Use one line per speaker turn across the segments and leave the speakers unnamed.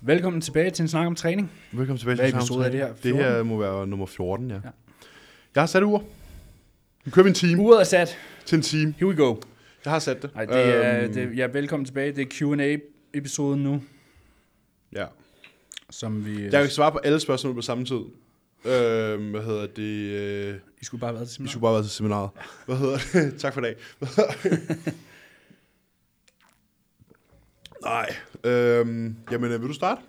Velkommen tilbage til en snak om træning.
Velkommen tilbage
Hvad
til
episode
Samtale.
er det her?
Det her
14?
må være øh, nummer 14, ja.
Ja. Uh.
ja. Jeg har sat ur. Nu kører vi en time
Uret er sat.
til en time.
Here we go.
Jeg har sat det.
Nej, det er,
Øhm,
det, ja, velkommen tilbage. Det er Q&A-episoden nu,
Ja.
som vi...
Jeg kan svare på alle spørgsmål på samme tid. Øhm, hvad hedder det? Øh,
I skulle bare have været til
vi
seminar.
skulle bare være til seminaret. Hvad hedder det? tak for i dag. Hvad hedder det? Nej. Øhm, jamen, øh, vil du starte?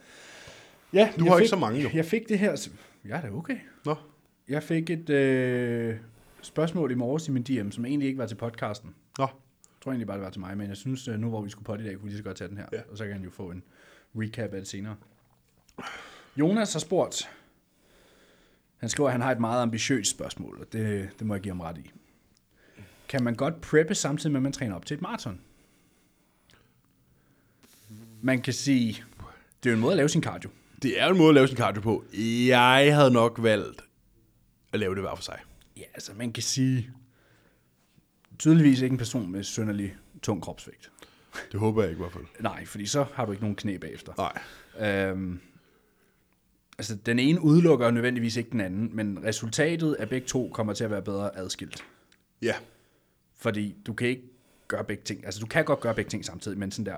Ja,
Du
jeg
har
fik,
ikke så mange, jo.
Jeg fik det her... Ja, det er okay.
Nå.
Jeg fik et øh, spørgsmål i morges i min DM, som egentlig ikke var til podcasten.
Nå.
Jeg tror egentlig bare, det var til mig, men jeg synes, øh, nu hvor vi skulle på det i dag, kunne vi lige så godt tage den her.
Ja.
Og så kan han jo få en recap af det senere. Jonas har spurgt... Han skriver, at han har et meget ambitiøst spørgsmål, og det, det må jeg give ham ret i. Kan man godt preppe samtidig med, at man træner op til et maraton? Man kan sige, det er jo en måde at lave sin cardio.
Det er jo en måde at lave sin cardio på. Jeg havde nok valgt at lave det hver for sig.
Ja, altså man kan sige, tydeligvis ikke en person med sønderlig tung kropsvægt.
Det håber jeg ikke i hvert fald.
Nej, fordi så har du ikke nogen knæ bagefter.
Nej.
Øhm, altså den ene udelukker nødvendigvis ikke den anden, men resultatet af begge to kommer til at være bedre adskilt.
Ja.
Fordi du kan ikke gøre begge ting. Altså du kan godt gøre begge ting samtidig, men sådan der.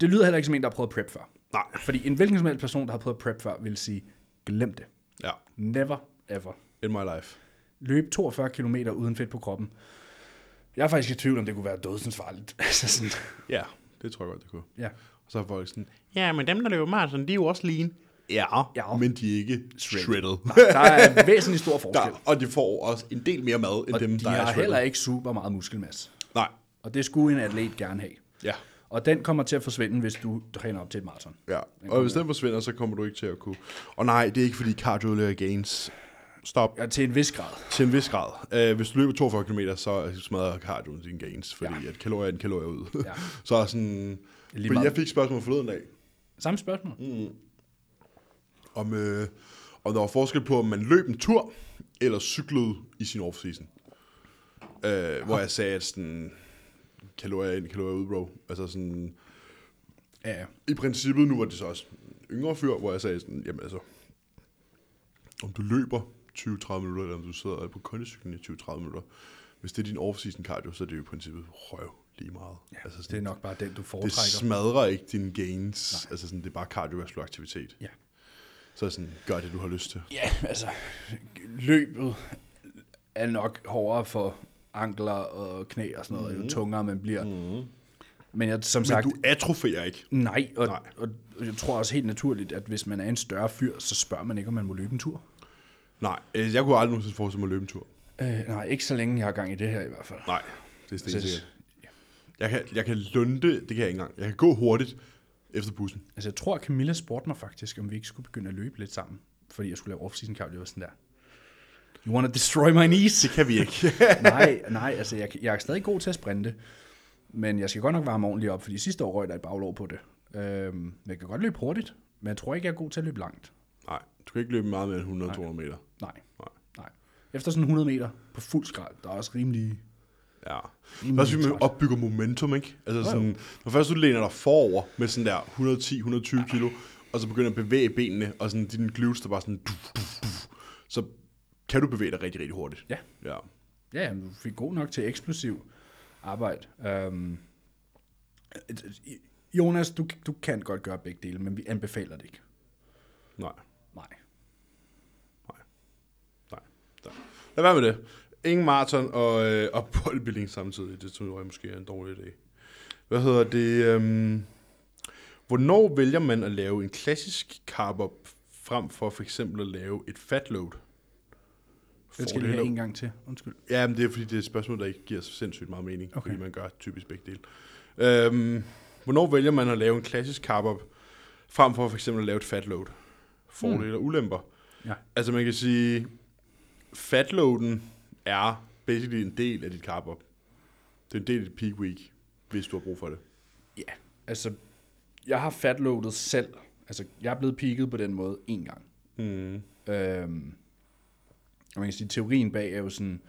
Det lyder heller ikke som en, der har prøvet at prep før.
Nej.
Fordi en hvilken som helst person, der har prøvet at prep før, vil sige, glem det.
Ja.
Never ever.
In my life.
løbe 42 km uden fedt på kroppen. Jeg er faktisk i tvivl, om det kunne være dødsensfarligt. altså sådan,
Ja, det tror jeg godt, det kunne.
ja.
Og så er folk sådan, ja, men dem, der løber maraton, de er jo også lean. Ja,
Ja.
men de er ikke shredded.
Der er en væsentlig stor forskel.
Der, og de får også en del mere mad, end
Og
dem,
de
der er
har
shredded.
heller ikke super meget muskelmasse.
Nej,
Og det skulle en atlet gerne have.
ja.
Og den kommer til at forsvinde, hvis du træner op til et maraton.
ja. Og hvis den forsvinder, så kommer du ikke til at kunne. Og nej, det er ikke fordi cardio ødelægger gains. Stop.
Ja, til en vis grad.
Til en vis grad. Uh, hvis du løber 42 km, så smadrer cardioen dine gains, fordi ja. at kalorier er en kalorie ud.
Ja.
Ja. så er sådan... Fordi
meget.
jeg fik et spørgsmål forleden dag,
Samme spørgsmål. Mm.
om, øh, om der var forskel på, om man løb en tur, eller cyklede i sin off-season. Øh, hvor jeg sagde, at sådan, kalorier ind, kalorier ud, bro. Altså sådan,
Ja, ja.
i princippet, nu var det så også en yngre fyr, hvor jeg sagde sådan, jamen altså, om du løber 20-30 minutter, eller om du sidder på kondicyklen i 20-30 minutter, hvis det er din off-season cardio, så er det jo i princippet røv lige meget.
ja
altså
det er
sådan,
nok bare den, du
det
foretrækker.
smadrer ikke dine gains. Nej. Altså sådan, det er bare kardiovaskulær aktivitet.
Ja.
Så sådan, gør det, du har lyst til.
Ja, altså, løbet er nok hårdere for ankler og knæ og sådan noget, mm. jo tungere man bliver. Mm. Men jeg, som
Men
sagt,
du atroferer ikke.
Nej, og, Nej.
Nej.
og jeg tror også helt naturligt, at hvis man er en større fyr, så spørger man ikke, om man må løbe en tur.
Nej, øh, jeg kunne aldrig nogensinde forestille mig at løbe en tur.
Øh, nej, ikke så længe jeg har gang i det her i hvert fald.
Nej, det er
Altså,
stensikkert. Jeg kan, jeg kan lunde, det kan jeg ikke engang. Jeg kan gå hurtigt efter bussen.
altså, jeg tror, Camilla spurgte mig faktisk, om vi ikke skulle begynde at løbe lidt sammen, fordi jeg skulle lave off-season cardio og sådan der. You wanna destroy my knees?
Det kan vi ikke.
nej, nej, altså, jeg, jeg er stadig god til at sprinte, men jeg skal godt nok varme ordentligt op, fordi sidste år røg der et baglov på det. Øhm, men jeg kan godt løbe hurtigt, men jeg tror ikke, jeg er god til at løbe langt.
Nej, du kan ikke løbe meget mere end 100-200 meter.
Nej,
Nej.
nej. Efter sådan 100 meter på fuld skrald, der er også rimelig
Ja.
Mm,
Men også, fordi man
træt.
opbygger momentum, ikke? Altså sådan, når først du læner dig forover med sådan der 110-120 kilo, og så begynder at bevæge benene, og sådan din glutes, der bare sådan, du, du, du, så kan du bevæge dig rigtig, rigtig hurtigt.
Ja.
ja.
Ja, ja, du fik god nok til eksplosiv arbejde. Øhm, Jonas, du, du kan godt gøre begge dele, men vi anbefaler det ikke.
Nej.
Nej.
Nej. Nej. Nej. Lad være med det. Ingen maraton og, øh, og bodybuilding samtidig. Det tror jeg måske er en dårlig idé. Hvad hedder det? Øhm, hvornår vælger man at lave en klassisk carb up frem for for eksempel at lave et fat load?
Det skal jeg lige have en gang til. Undskyld.
Ja, men det er fordi, det er et spørgsmål, der ikke giver så sindssygt meget mening,
Okay.
okay. fordi man gør typisk begge dele. Øhm, hvornår vælger man at lave en klassisk carb-up, frem for for eksempel at lave et fatload? Fordele
Hmm.
og ulemper.
Ja.
Altså man kan sige, fatloaden er basically en del af dit carb-up. Det er en del af dit peak week, hvis du har brug for det.
Ja, altså, jeg har fatloadet selv. Altså, jeg er blevet peaked på den måde en gang.
Mm.
Øhm, og man kan sige, teorien bag er jo sådan,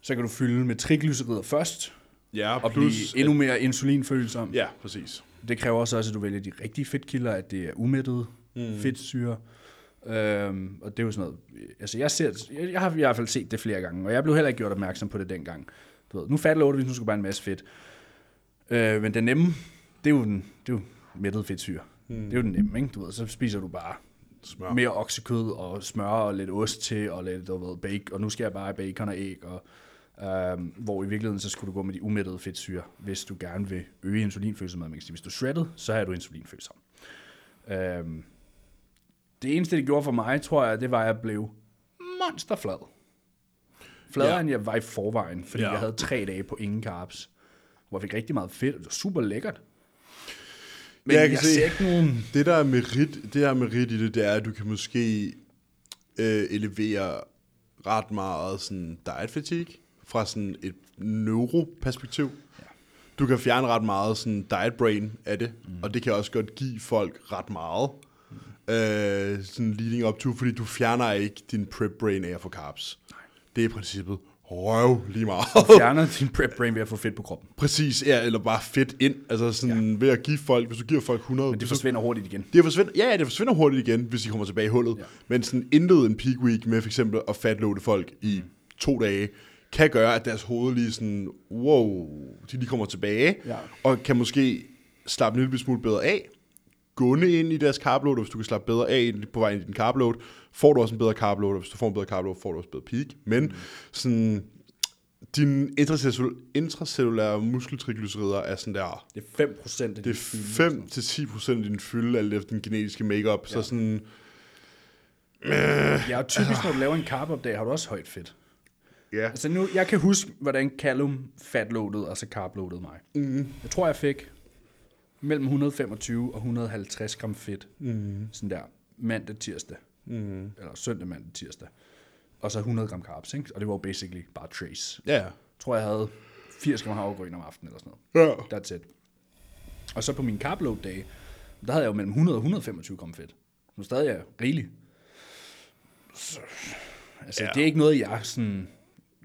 så kan du fylde med triglycerider først,
Ja,
og
plus...
blive endnu mere insulinfølsom.
Ja, præcis.
Det kræver så også, at du vælger de rigtige fedtkilder, at det er umættet mm. fedtsyre. Øhm, og det er jo sådan noget, altså jeg, ser, jeg, jeg har i hvert fald set det flere gange, og jeg blev heller ikke gjort opmærksom på det dengang. Du ved, nu fat lå det, hvis nu skulle bare en masse fedt. Øh, men den nemme, det er jo, den, det er jo mættet fedtsyre. Mm. Det er jo den nemme, ikke? Du ved, så spiser du bare
Smør.
mere oksekød og smør og lidt ost til og lidt du ved, bacon, og nu skal jeg bare have bacon og æg, og, øhm, hvor i virkeligheden så skulle du gå med de umættede fedtsyre, hvis du gerne vil øge insulinfølsomheden. Man kan sige, hvis du er shredded, så er du insulinfølsom. Øhm, det eneste, det gjorde for mig, tror jeg, det var, at jeg blev monsterflad. Fladere,
Ja.
ja. end jeg var i forvejen, fordi
Ja.
ja. jeg havde tre dage på ingen carbs, hvor jeg fik rigtig meget fedt, og det var super lækkert. Men
Ja,
ja,
jeg
jeg, jeg
kan se.
ser ikke nogen...
Det der er merit, det der er merit i det, det er, at du kan måske øh, elevere ret meget sådan diet fatigue fra sådan et neuroperspektiv. Ja. Du kan fjerne ret meget sådan diet brain af det, mm. og det kan også godt give folk ret meget. Mm. Øh, sådan leading up to, fordi du fjerner ikke din prep brain af at få carbs. Nej. Det er i princippet røv lige meget.
fjerner din prep brain ved at få fedt på kroppen.
Præcis, ja, eller bare fedt ind. Altså sådan ja. ved at give folk, hvis du giver folk 100...
Men det
hvis du-
forsvinder hurtigt igen.
Det forsvinder, ja, ja, det forsvinder hurtigt igen, hvis de kommer tilbage i hullet. Ja.
Ja.
Men sådan intet en peak week med for eksempel at fatloade folk i
Mm.
to dage, kan gøre, at deres hoved lige sådan, wow, de lige kommer tilbage,
Ja.
og kan måske slappe en lille smule bedre af, gående ind i deres carbload, og hvis du kan slappe bedre af på vej ind i din carbload, får du også en bedre carbload, og hvis du får en bedre carbload, får du også bedre peak. Men mm. sådan, din intracellul- intracellulære muskeltriglycerider er sådan der,
Det er 5% af
det er 5-10% af din fylde, alt efter den genetiske makeup. Ja. Så sådan,
Ja, og typisk når du laver en carb up har du også højt fedt.
ja.
Altså nu, jeg kan huske, hvordan Callum fatloadede, altså carbloadede mig. Mm. Jeg tror, jeg fik mellem 125 og 150 gram fedt. Mm. Sådan der mandag, tirsdag. Mm. Eller søndag, mandag, tirsdag. Og så 100 gram carbs, ikke? Og det var jo basically bare trace.
Ja, ja.
Jeg tror, jeg havde 80 gram havregryn om aftenen eller sådan noget.
Ja.
That's it. Og så på min carb dag, der havde jeg jo mellem 100 og 125 gram fedt. Nu stadig er jeg rigelig. Så, altså,
Ja.
ja. det er ikke noget, jeg sådan...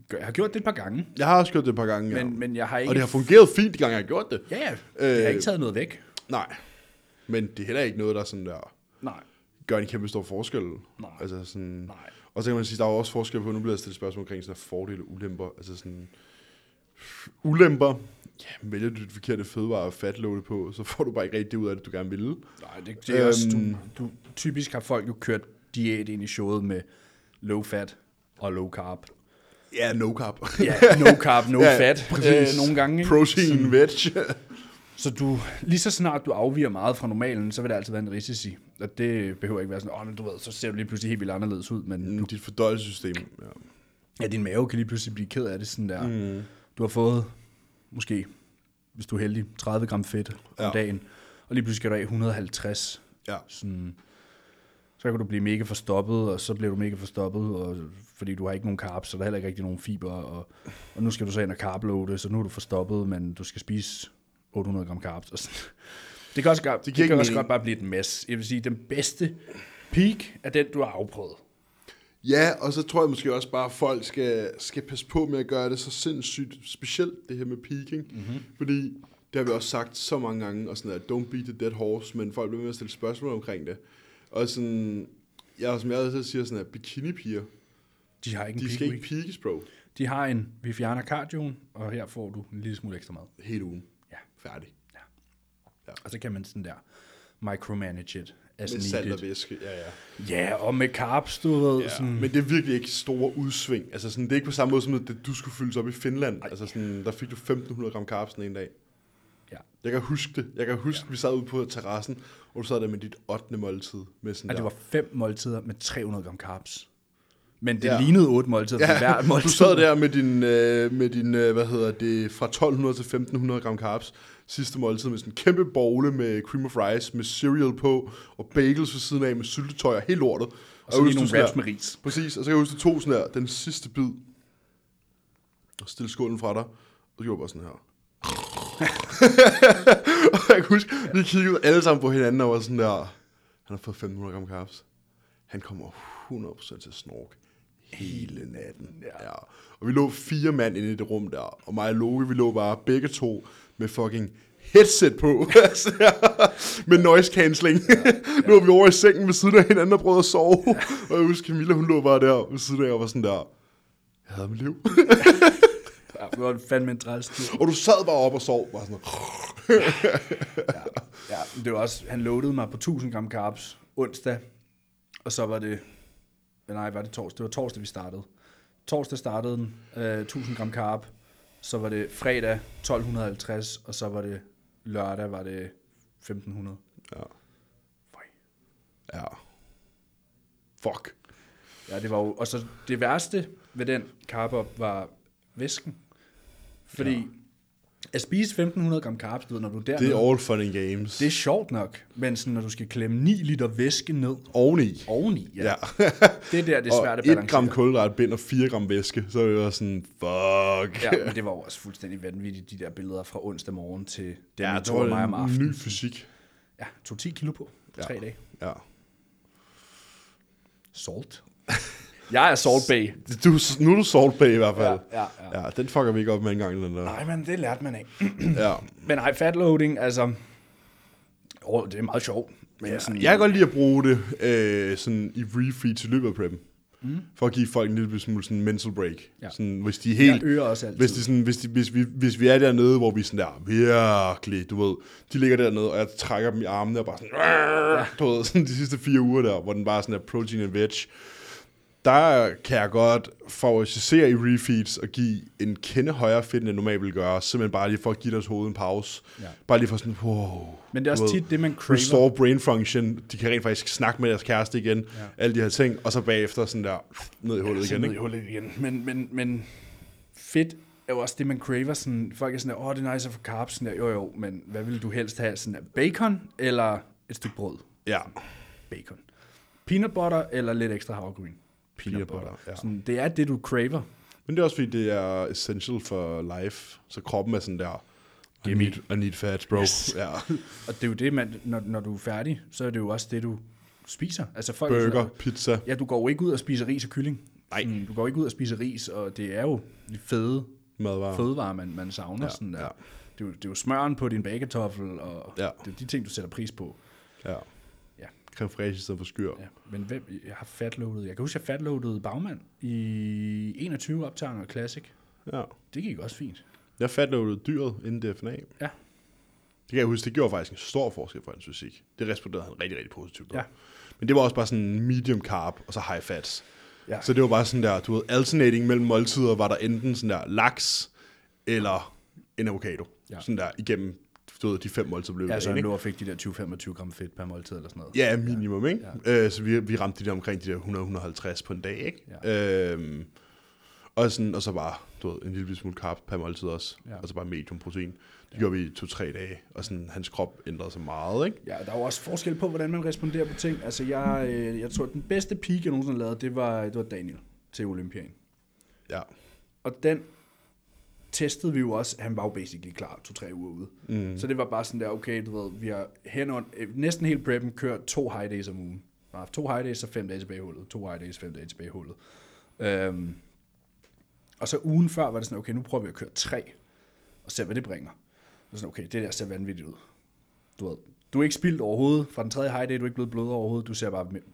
Gør. Jeg har gjort det et par gange,
Jeg har også gjort det et par gange, ja.
men, men jeg har ikke...
og det har fungeret fint, de gange jeg har gjort det.
Ja, ja. Øh... Jeg har ikke taget noget væk.
Nej, men det er heller ikke noget, der sådan der
Nej.
gør en kæmpe stor forskel.
Nej.
Altså sådan,
Nej.
Og så kan man sige, der er jo også forskel på, nu bliver der stillet spørgsmål omkring sådan der fordele og ulemper. Altså sådan, ulemper, ja, vælger du det forkerte fødevare og fatlåde på, så får du bare ikke rigtig det ud af det, du gerne ville.
Nej, det, det er øhm... også... Du, du, typisk har folk jo kørt diæt ind i showet med low fat og low carb.
Ja, no carb.
Ja, no carb, no ja, fat. Øh, nogle gange, ikke?
Protein, veg.
Så du, lige så snart du afviger meget fra normalen, så vil der altid være en risici. Og det behøver ikke være sådan, åh, oh, men du ved, så ser du lige pludselig helt vildt anderledes ud, men
Mm, Dit fordøjelsessystem. Ja.
ja, din mave kan lige pludselig blive ked af det sådan der. Mm. Du har fået, måske, hvis du er heldig, 30 gram fedt om
Ja.
dagen, og lige pludselig skal du af 150.
ja.
Sådan, så kan du blive mega forstoppet, og så bliver du mega forstoppet, og, fordi du har ikke nogen carbs, så der er heller ikke rigtig nogen fiber, og, og nu skal du så ind og carbloade, så nu er du forstoppet, men du skal spise 800 gram carbs. Og sådan. Det kan også, godt, det
giver
det
ikke
kan også
mening.
godt bare blive et mess. Jeg vil sige, den bedste peak er den, du har afprøvet.
Ja, og så tror jeg måske også bare, at folk skal, skal passe på med at gøre det så sindssygt specielt, det her med peaking. Mm-hmm. Fordi det har vi også sagt så mange gange, og sådan at don't beat the dead horse, men folk bliver ved med at stille spørgsmål omkring det. Og sådan, ja, som jeg altid siger, sådan at bikinipiger,
De har ikke en
de
peak
skal
week.
ikke peakes, bro,
De har en, vi fjerner cardioen, og her får du en lille smule ekstra mad.
hele ugen.
Ja.
Færdig.
Og så kan man sådan der micromanage it as
Med salt og
needed.
væske, ja, ja.
Ja, og med carbs, du ved.
Ja,
Sådan,
men det er virkelig ikke store udsving. Altså sådan, det er ikke på samme måde som, at det- du skulle fyldes op i Finland. Altså sådan, der fik du 1500 gram carbs den ene dag.
ja.
Jeg kan huske det. Jeg kan huske, ja. vi sad ude på terrassen, og du sad der med dit 8. måltid. Med sådan
Og det
der.
var fem måltider med 300 gram carbs. Men det
Ja.
ja. lignede otte måltider ja. hver måltid.
Du sad der med din, øh, med din øh, hvad hedder det, fra 1200 til 1500 gram carbs. Sidste måltid med sådan en kæmpe bogle med cream of rice, med cereal på, og bagels ved siden af med syltetøj og helt lortet.
Og så
jeg
lige
husker
nogle
sådan
wraps
der-
med ris.
Præcis, og så kan jeg huske, du tog sådan der, den sidste bid, og stille skålen fra dig, og du gjorde bare sådan her. og jeg kan huske, vi kiggede alle sammen på hinanden, og var sådan der, han har fået 500 gram carbs. Han kommer 100% til at snorke hele natten. Ja. ja. Og vi lå fire mand inde i det rum der, og mig og Loke, vi lå bare begge to med fucking headset på, altså, med noise cancelling. Ja, ja. nu var vi over i sengen ved siden af hinanden og prøvede at sove, og jeg husker Camilla, hun lå bare der ved siden af, og var sådan der, jeg havde mit liv.
Ja, det var fandme en træls tid.
og du sad bare op og sov, bare sådan,
Ja, men det var også, han loadede mig på 1000 gram carbs onsdag, og så var det, nej, var det torsdag? Det var torsdag, vi startede. Torsdag startede den, øh, 1000 gram carb, så var det fredag 1250, og så var det lørdag, var det 1500.
ja,
Føj.
ja, fuck.
Ja, det var jo, og så det værste ved den carb op var væsken. Fordi ja. at spise 1500 gram carbs, du ved, når du er dernede,
Det
det
er
er,
all fun and games.
det er sjovt nok, men sådan, når du skal klemme 9 liter væske ned
oveni.
oveni, ja,
Ja.
ja. det er der, det er svært at
og 1 gram
balancere.
kulhydrat binder 4 gram væske, så er det jo sådan, fuck.
Ja, men det var jo også fuldstændig vanvittigt, de der billeder fra onsdag morgen til den
Ja,
ja,
jeg
tog
tror, det
mig om
er en
aftenen.
ny fysik.
Ja, tog 10 kilo på, på
Ja.
tre dage.
Ja.
Salt. Jeg er salt bay.
Du, nu er du salt Bay i hvert fald.
Ja, ja, ja.
ja. den fucker vi ikke op med engang, den der.
Nej, men det lærte man af.
Ja.
Men nej, fatloading, altså... Oh, det er meget sjovt. Men ja, sådan,
Jeg kan godt lide at bruge det øh, sådan i refeed til løbet af preppen. Mm. For at give folk en lille smule sådan mental break. Ja.
Ja.
Sådan, hvis de er
jeg
helt...
øger også altid.
Hvis, de sådan, hvis, de, hvis, vi, hvis vi er dernede, hvor vi er sådan der, virkelig, du ved, de ligger dernede, og jeg trækker dem i armene og bare sådan, ja. du ved, sådan de sidste fire uger der, hvor den bare er sådan der protein and veg. Der kan jeg godt favorisere i refeeds og give en kende højere fedt, end jeg normalt vil gøre, simpelthen bare lige for at give deres hoved en pause. Ja.
Ja.
Bare lige for sådan, wow.
Men det er også
du ved,
tit det, man craver.
Restore brain function, de kan rent faktisk snakke med deres kæreste igen, ja. alle de her ting, og så bagefter sådan der, ned i hullet
Så
igen,
ned i
ikke?
hullet igen. Men, men, men fedt er jo også det, man craver. Sådan, folk er sådan, åh, oh, det er nice at få carbs. Sådan der, jo, jo, men hvad vil du helst have? Sådan der, bacon eller et stykke brød?
Ja.
Bacon. Peanut butter eller lidt ekstra havregryn?
Peanut butter, ja.
Sådan, det er det, du craver.
Men det er også fordi, det er essential for life. Så kroppen er sådan der, I need, I need fat, bro. Yes. Ja.
Og det er jo det, man, når, når du er færdig, så er det jo også det, du spiser. Altså folk er sådan,
Burger, pizza.
Ja, du går jo ikke ud og spiser ris og kylling.
Nej.
Mm, Du går ikke ud og spiser ris, og det er jo de fede
Madvarer.
fødevarer, man, man savner.
Ja,
Ja, sådan der.
ja.
Ja. Det, er jo, det er jo smøren på din bagetoffel, og
Ja.
ja. det er de ting, du sætter pris på.
Ja.
Ja.
Creme fraiche i stedet for skyr.
Ja. Men hvem, jeg har fatloadet, jeg kan huske, jeg fatloadede bagmand i 21 optager Classic.
Ja.
Det gik også fint.
Jeg fatlovede dyret inden DFNA.
Ja.
Det kan jeg huske, det gjorde faktisk en stor forskel for hans fysik. Det responderede han rigtig, rigtig positivt på.
Ja.
Men det var også bare sådan medium carb, og så high fats.
Ja.
Så det var bare sådan der, du ved, alternating mellem måltider var der enten sådan der laks, eller en avocado.
Ja.
Sådan der igennem, du ved, de fem måltider blev
Ja, så
dagen,
han
ikke?
lå og fik de der 20-25 gram fedt per måltid eller sådan noget.
Ja, minimum, ikke? Ja. Øh, så vi, vi ramte de der omkring de der 100-150 på en dag, ikke? Ja. Øhm, og, sådan, og så bare, du ved, en lille smule karp per måltid også, ja.
Ja.
og så bare medium protein. Det ja. gjorde vi i to-tre dage, og sådan, hans krop ændrede sig meget, ikke?
Ja, der er jo også forskel på, hvordan man responderer på ting. Altså, jeg, øh, jeg tror, at den bedste peak, jeg nogensinde lavede, det var, det var Daniel til Olympien.
Ja,
Og den testede vi jo også. Han var jo basically klar to-tre uger ude. Mm. Så det var bare sådan der, okay, du ved, vi har hen og, øh, næsten hele preppen kørt to high days om ugen. Vi har haft to high days, så fem dage tilbage i hullet. To high days, fem dage tilbage i hullet. Øhm, og så ugen før var det sådan, okay, nu prøver vi at køre tre, og se, hvad det bringer. Så sådan, okay, det der ser vanvittigt ud. Du, ved, du er ikke spildt overhovedet. Fra den tredje high day, du er ikke blevet blød overhovedet. Du ser bare me-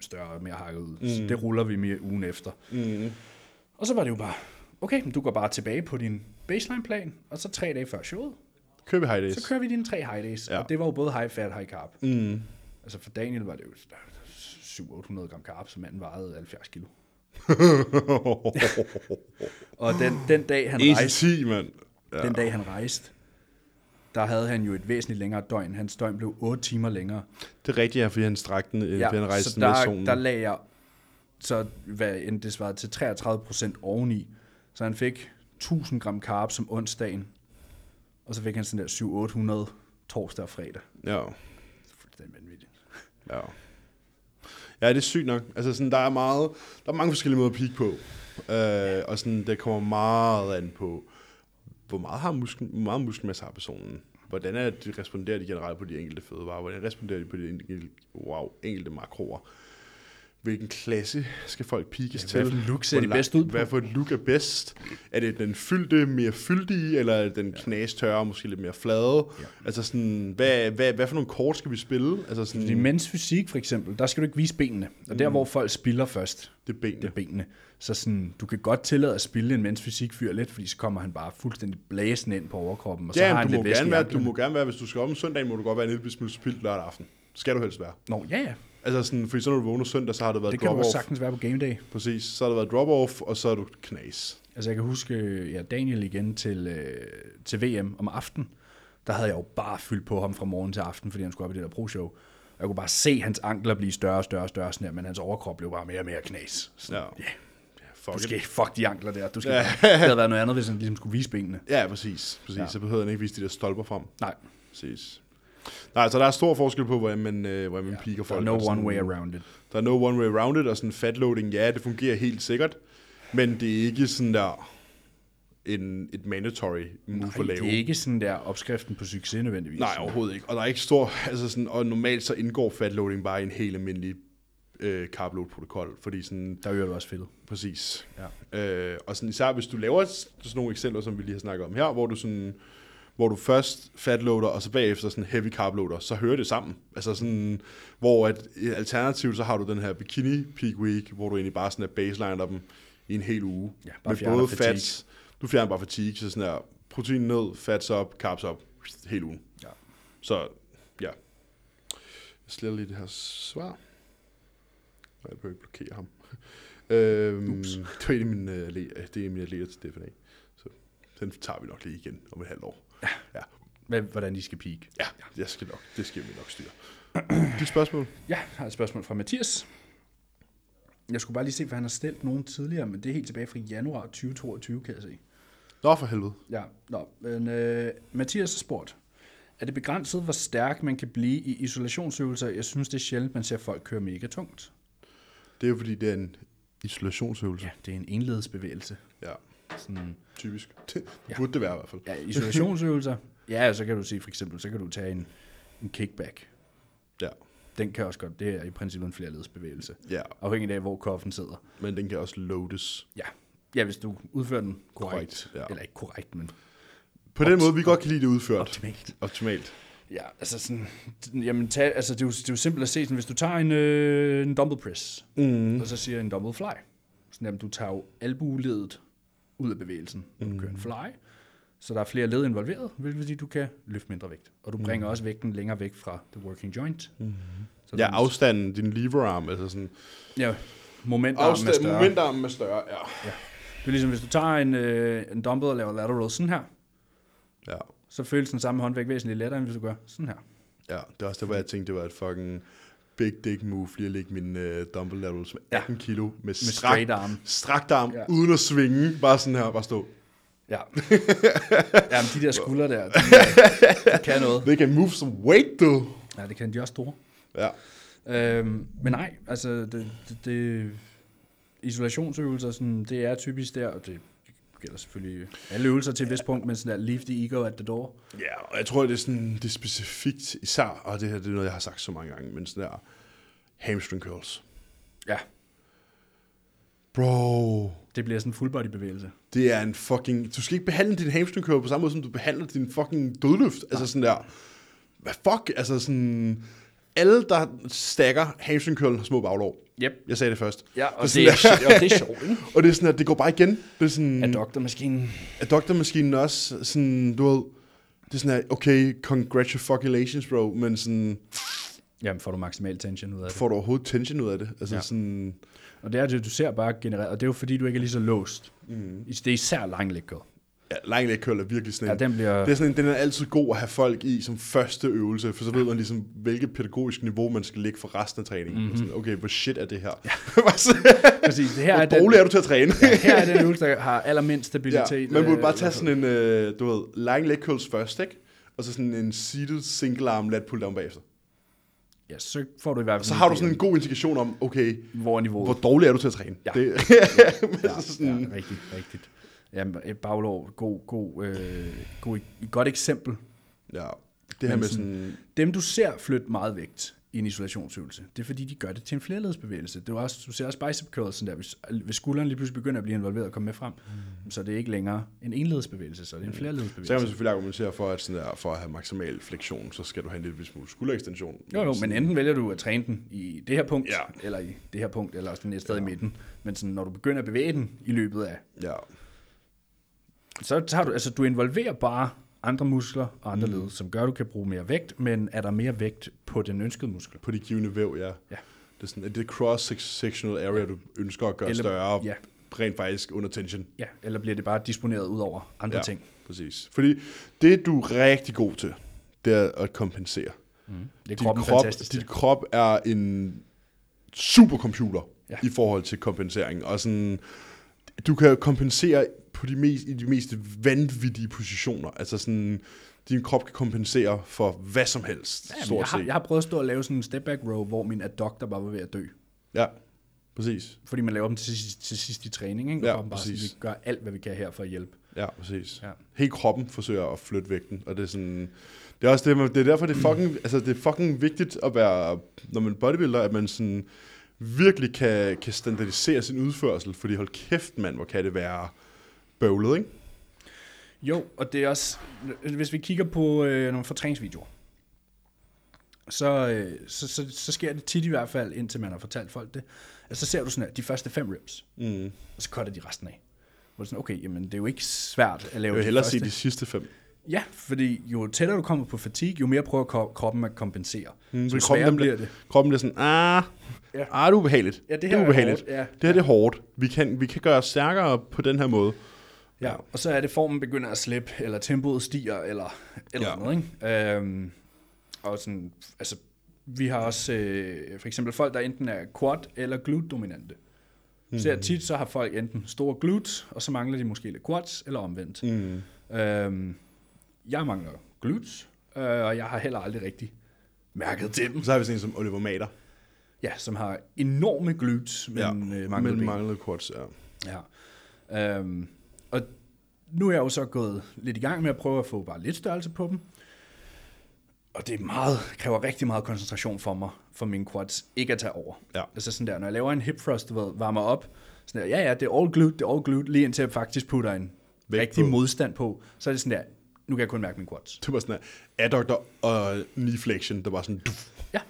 større og mere hakket ud. Mm. Det ruller vi mere ugen efter.
Mm.
Og så var det jo bare, okay, men du går bare tilbage på din baseline-plan, og så tre dage før showet,
kører vi high days.
så kører vi dine tre high days.
Ja.
Ja. Og det var jo både high fat og high carb. Mm. Altså for Daniel var det jo 700-800 gram carb, så manden vejede 70 kilo. Og den, den, dag, han rejste,
Easy 10, mand. Ja.
den dag han rejste, der havde han jo et væsentligt længere døgn. Hans døgn blev 8 timer længere.
Det er rigtigt, ja, fordi han strak øh, den, ja, fordi han rejste
så
den med
der,
zonen.
der lagde jeg så, hvad end det svarede til 33 procent oveni. Så han fik 1000 gram carbs som onsdagen, og så fik han sådan der 700-800 torsdag og fredag.
Ja,
Det er fuldstændig vanvittigt.
ja. Ja, det er sygt nok. Altså, sådan, der, er meget, der er mange forskellige måder at peak på. Øh, og sådan, det kommer meget an på, hvor meget, har muskel, hvor meget muskelmasse har personen? Hvordan er det, responderer de generelt på de enkelte fødevarer? Hvordan responderer de på de enkelte, wow, enkelte makroer? Hvilken klasse skal folk pikes
Ja,
til?
hvad for look ser
Hvor
de
lang-
bedst ud på?
Hvad for et look er bedst? Er det den fyldte, mere fyldige, eller er det den knastørre, måske lidt mere flade? Ja. Altså sådan, hvad, hvad, hvad for nogle kort skal vi spille? Altså sådan,
Fordi mænds fysik for eksempel, der skal du ikke vise benene. Og
Mm.
der, hvor folk spiller først,
det er benene.
det er benene. Så sådan, du kan godt tillade at spille en mænds fysik fyr lidt, fordi så kommer han bare fuldstændig blæsende ind på overkroppen, og så har
Ja,
han
men du
lidt
må,
væske i
gerne være, du
anklerne.
må gerne være, hvis du skal op om søndagen, må du godt være en lille smule spildt lørdag aften. Skal du helst være.
Nå, ja, ja.
Altså sådan, fordi så når du vågner søndag, så har det været
Det kan du
drop-off.
også sagtens være på game day.
Præcis, så har det været drop-off, og så er du knas.
Altså jeg kan huske, ja, Daniel igen til, øh, til VM om aftenen. Der havde jeg jo bare fyldt på ham fra morgen til aften, fordi han skulle op i det der pro-show. Og jeg kunne bare se hans ankler blive større og større og større, sådan her, men hans overkrop blev bare mere og mere knas. Sådan,
Ja.
ja,
Fuck
du
it.
skal ikke fuck de ankler der. Du skal, det havde været noget andet, hvis han ligesom skulle vise benene.
Ja, præcis. præcis.
Ja.
Ja. Så behøver han ikke vise de der stolper frem.
Nej,
Præcis. Nej, så der er stor forskel på, hvordan man, øh, hvordan man ja, piker
der er
folk.
no
og sådan-
one way around it.
Der er no one way around it, og sådan fatloading, ja, det fungerer helt sikkert, men det er ikke sådan der en, et mandatory move at
Nej,
lave.
det er ikke sådan der opskriften på succes nødvendigvis.
Nej, overhovedet ikke. Og der er ikke stor, altså sådan, og normalt så indgår fatloading bare i en helt almindelig øh, carbload-protokol, fordi sådan,
Der øger du også fedtet.
Præcis.
Ja.
Øh, og sådan, især hvis du laver s- sådan nogle eksempler, som vi lige har snakket om her, hvor du, sådan, hvor du først fatloader, og så bagefter sådan heavy carbloader, så hører det sammen. Altså sådan, hvor at, øh, alternativt, så har du den her bikini peak week, hvor du egentlig bare sådan er baseliner dem i en hel uge.
Ja, bare fjerner fatigue.
fats, du fjerner bare fatigue, så sådan der, protein ned, fats op, carbs op, hele ugen.
Ja.
Så ja. Jeg sletter lige det her svar. Nej, jeg behøver ikke blokere ham. øhm, Ups. Det er en af mine, øh, le- det er min atleter til DFNA. Så den tager vi nok lige igen om et halvt år. Ja. Ja,
Hvad- Hvordan de skal peak.
ja. Jeg skal nok, det skal vi nok styre. Dit spørgsmål?
Jeg har et spørgsmål fra Mathias. Jeg skulle bare lige se, for han har stillet nogen tidligere, men det er helt tilbage fra januar 2022, kan jeg se.
Nå for helvede.
Ja, nå. Men, øh, Mathias har spurgt, er det begrænset, hvor stærk man kan blive i isolationsøvelser? Jeg synes, det er sjældent, man ser folk køre mega tungt.
Det er jo fordi, det er en isolationsøvelse.
Ja, det er en enledsbevægelse.
Ja. ja.
Sådan,
Typisk. Det ja. burde det være i hvert fald.
ja, isolationsøvelser. ja, så kan du se for eksempel, så kan du tage en, en kickback.
Ja.
Den kan også godt, det er i princippet en flerledsbevægelse.
Ja,
Afhængig af, hvor koffen sidder.
men den kan også loades.
Ja. ja, hvis du udfører den korrekt.
Korrekt, ja.
Eller ikke korrekt, men
På den måde, vi godt kan lide det udført.
optimalt.
Optimalt.
Ja, altså sådan, jamen, tag, altså, det, er jo, det er jo simpelt at se, sådan, hvis du tager en, øh, en dumbbell press, mm. og så siger en dumbbell fly, sådan, jamen, du tager jo albueledet ud af bevægelsen, når du kører en fly, så der er flere led involveret, hvilket vil sige, du kan løfte mindre vægt. Og du bringer mm. også vægten længere væk fra the working joint. Mm. Så
Ja,
den-
afstanden, din leverarm, altså sådan.
ja, momentarmen er
Afstand,
større.
momentarmen er større, ja.
Det er ligesom, hvis du tager en, øh, en dumbbell og laver lateral sådan her,
Ja,
så føles den samme håndvægt væsentligt lettere, end hvis du gør sådan her.
ja. det er også der, hvor jeg tænkte, det var et fucking big dick move, lige at lægge min uh, dumbbell laterals med
Ja.
18 kilo, med, med
straight arm.
strakt arm,
Ja.
ja. uden at svinge, bare sådan her, bare stå.
Ja. Jamen, de der skuldre der, de, de kan noget.
They can move some weight, though.
Ja, det kan de også store.
Ja,
Øhm, men nej, altså, det, det, det isolationsøvelser, sådan, det er typisk der, og det gælder selvfølgelig alle øvelser til et vist punkt, men sådan der, leave the ego at the door.
ja og jeg tror, det er, sådan, det er specifikt, især, og det her det er noget, jeg har sagt så mange gange, men sådan der, hamstring curls.
Ja,
Bro,
det bliver sådan en full body bevægelse.
Det er en fucking... Du skal ikke behandle din hamstring curl på samme måde, som du behandler din fucking dødløft. Altså sådan der... Hvad fuck? Altså sådan... Alle, der stakker hamstring curl, har små baglov.
Yep.
Jeg sagde det først.
Ja, og det,
sådan
er,
der- Mm.
og det er sjovt, ikke?
og det er sådan, at det går bare igen. Det er sådan...
At doktormaskinen
Er doktormaskinen også sådan, du ved... Det er sådan her, okay, congratulations, bro, men sådan,
Jamen, får du maksimal tension ud af det.
får du overhovedet tension ud af det? Altså
Ja.
ja. sådan,
Og det er det, du ser bare genereret, og det er jo fordi, du ikke er lige så låst. Mm. Det er især langlægget.
ja, lang leg curl er virkelig sådan
Ja,
en,
den bliver...
Det er sådan en, den er altid god at have folk i som første øvelse, for så ved man ligesom, hvilket pædagogisk niveau man skal ligge for resten af træningen.
Mhm.
Mm-hmm. Sådan, okay, hvor shit er det her? Ja.
Præcis, det her er
hvor
den,
dårlig er du til at træne?
ja, her er den øvelse, der har allermindst
ja,
stabilitet.
man burde
øh,
bare tage sådan en, øh, du ved, lying leg curls først, ikke? Og så sådan en seated single arm lat pull down bagefter.
Ja, så får du i hvert fald...
Så har du sådan en god indikation om, okay,
Hvor er niveauet?
hvor dårlig er du til at træne?
Ja.
Det,
ja, sådan... ja, rigtigt, rigtigt. Jamen, et baglov, god, god, øh, god, godt eksempel.
ja, det her
Men
med
sådan-
sådan,
Dem, du ser flytte meget vægt, i en isolationsøvelse. Det er fordi, de gør det til en flerledsbevægelse. Det er jo også, du ser også bicep curls sådan der, hvis, hvis skulderen lige pludselig begynder at blive involveret og komme med frem, mm. så er det ikke længere en enledsbevægelse, så er det en
Mm. Så
flerledsbevægelse.
kan man selvfølgelig argumentere for, at sådan der, for at have maksimal flektion, så skal du have en lille smule skulderekstension.
Jo, jo, men enten vælger du at træne den i det her punkt,
Ja.
ja. eller i det her punkt, eller sådan et sted ja. i midten. Men sådan, når du begynder at bevæge den i løbet af,
Ja,
så tager du, altså du involverer bare andre muskler og andre mm. led, som gør, at du kan bruge mere vægt, men er der mere vægt på den ønskede muskel?
på de givende væv, ja.
Ja.
Det er sådan, at det cross-sectional area, du ønsker at gøre
Eller-
større,
ja.
rent faktisk under tension.
Ja, eller bliver det bare disponeret ud over andre ja. ting?
præcis. Fordi det, du er rigtig god til, det er at kompensere.
Det er
Mm. Din
kroppen
krop,
fantastisk.
dit
Dit...
krop er en supercomputer ja.
Ja.
i forhold til kompensering. Og sådan, du kan kompensere på de mest, i de mest vanvittige positioner. Altså sådan, din krop kan kompensere for hvad som helst, ja,
Ja,
stort
jeg, har,
set.
jeg har prøvet at stå og lave sådan en step back row, hvor min adductor bare var ved at dø.
Ja, præcis.
Fordi man laver dem til sidst, til sidst i træning, ikke? Og
Ja,
kroppen bare sådan,
præcis.
vi gør alt, hvad vi kan her for at hjælpe.
Ja, præcis. Ja.
Ja.
Hele kroppen forsøger at flytte vægten, og det er sådan... Det er også det, man- det er derfor, det er fucking, altså, det er fucking vigtigt at være, når man bodybuilder, at man sådan virkelig kan, kan standardisere sin udførsel, fordi hold kæft, mand, hvor kan det være bøvlet, ikke?
Jo, og det er også, hvis vi kigger på øh, nogle fortræningsvideoer, så, øh, så, så, så sker det tit i hvert fald, indtil man har fortalt folk det, at så ser du sådan her, de første fem reps,
Mm.
og så cutter de resten af. Hvor det er sådan, okay, jamen det er jo ikke svært at lave
Jeg vil
de
hellere se
første.
de sidste fem. Mm,
Ja, fordi jo tættere du kommer på fatigue, jo mere prøver ko- kroppen at kompensere.
Mm,
Mm,
fordi
så
kroppen,
sværere
den
bliver det.
Kroppen bliver sådan, ah, ja.
Ja.
ah det er ubehageligt.
Ja, det
det
her
er
er
ubehageligt.
hårdt, ja.
Det her det er hårdt. Vi kan, vi kan gøre os stærkere på den her måde.
Ja, og så er det, formen begynder at slippe, eller tempoet stiger, eller, eller
Ja.
ja. noget, ikke? Øhm, og sådan, altså, vi har også øh, for eksempel folk, der enten er quad eller glute-dominante. Mm. Ser tit, så har folk enten store glutes, og så mangler de måske lidt quads, eller omvendt.
Mm.
Mm. Øhm, jeg mangler glutes, øh, og jeg har heller aldrig rigtig mærket til dem.
Så har vi sådan en som Oliver Mater.
Ja, som har enorme glutes, men ja. øh, mangler
men
ben.
manglede quads, ja.
Ja. Øhm, og nu er jeg jo så gået lidt i gang med at prøve at få bare lidt størrelse på dem. Og det er meget, kræver rigtig meget koncentration for mig, for mine quads, ikke at tage over.
Ja.
Altså sådan der, når jeg laver en hip thrust, du ved, varmer op, sådan der, ja ja, det er all glute, det er all glute, lige indtil jeg faktisk putter en
Vægt
Væk rigtig
på.
på. modstand på, så er det sådan der, nu kan jeg kun mærke mine quads.
Det var sådan her, adductor og knee flexion, der var sådan, duf.
Ja.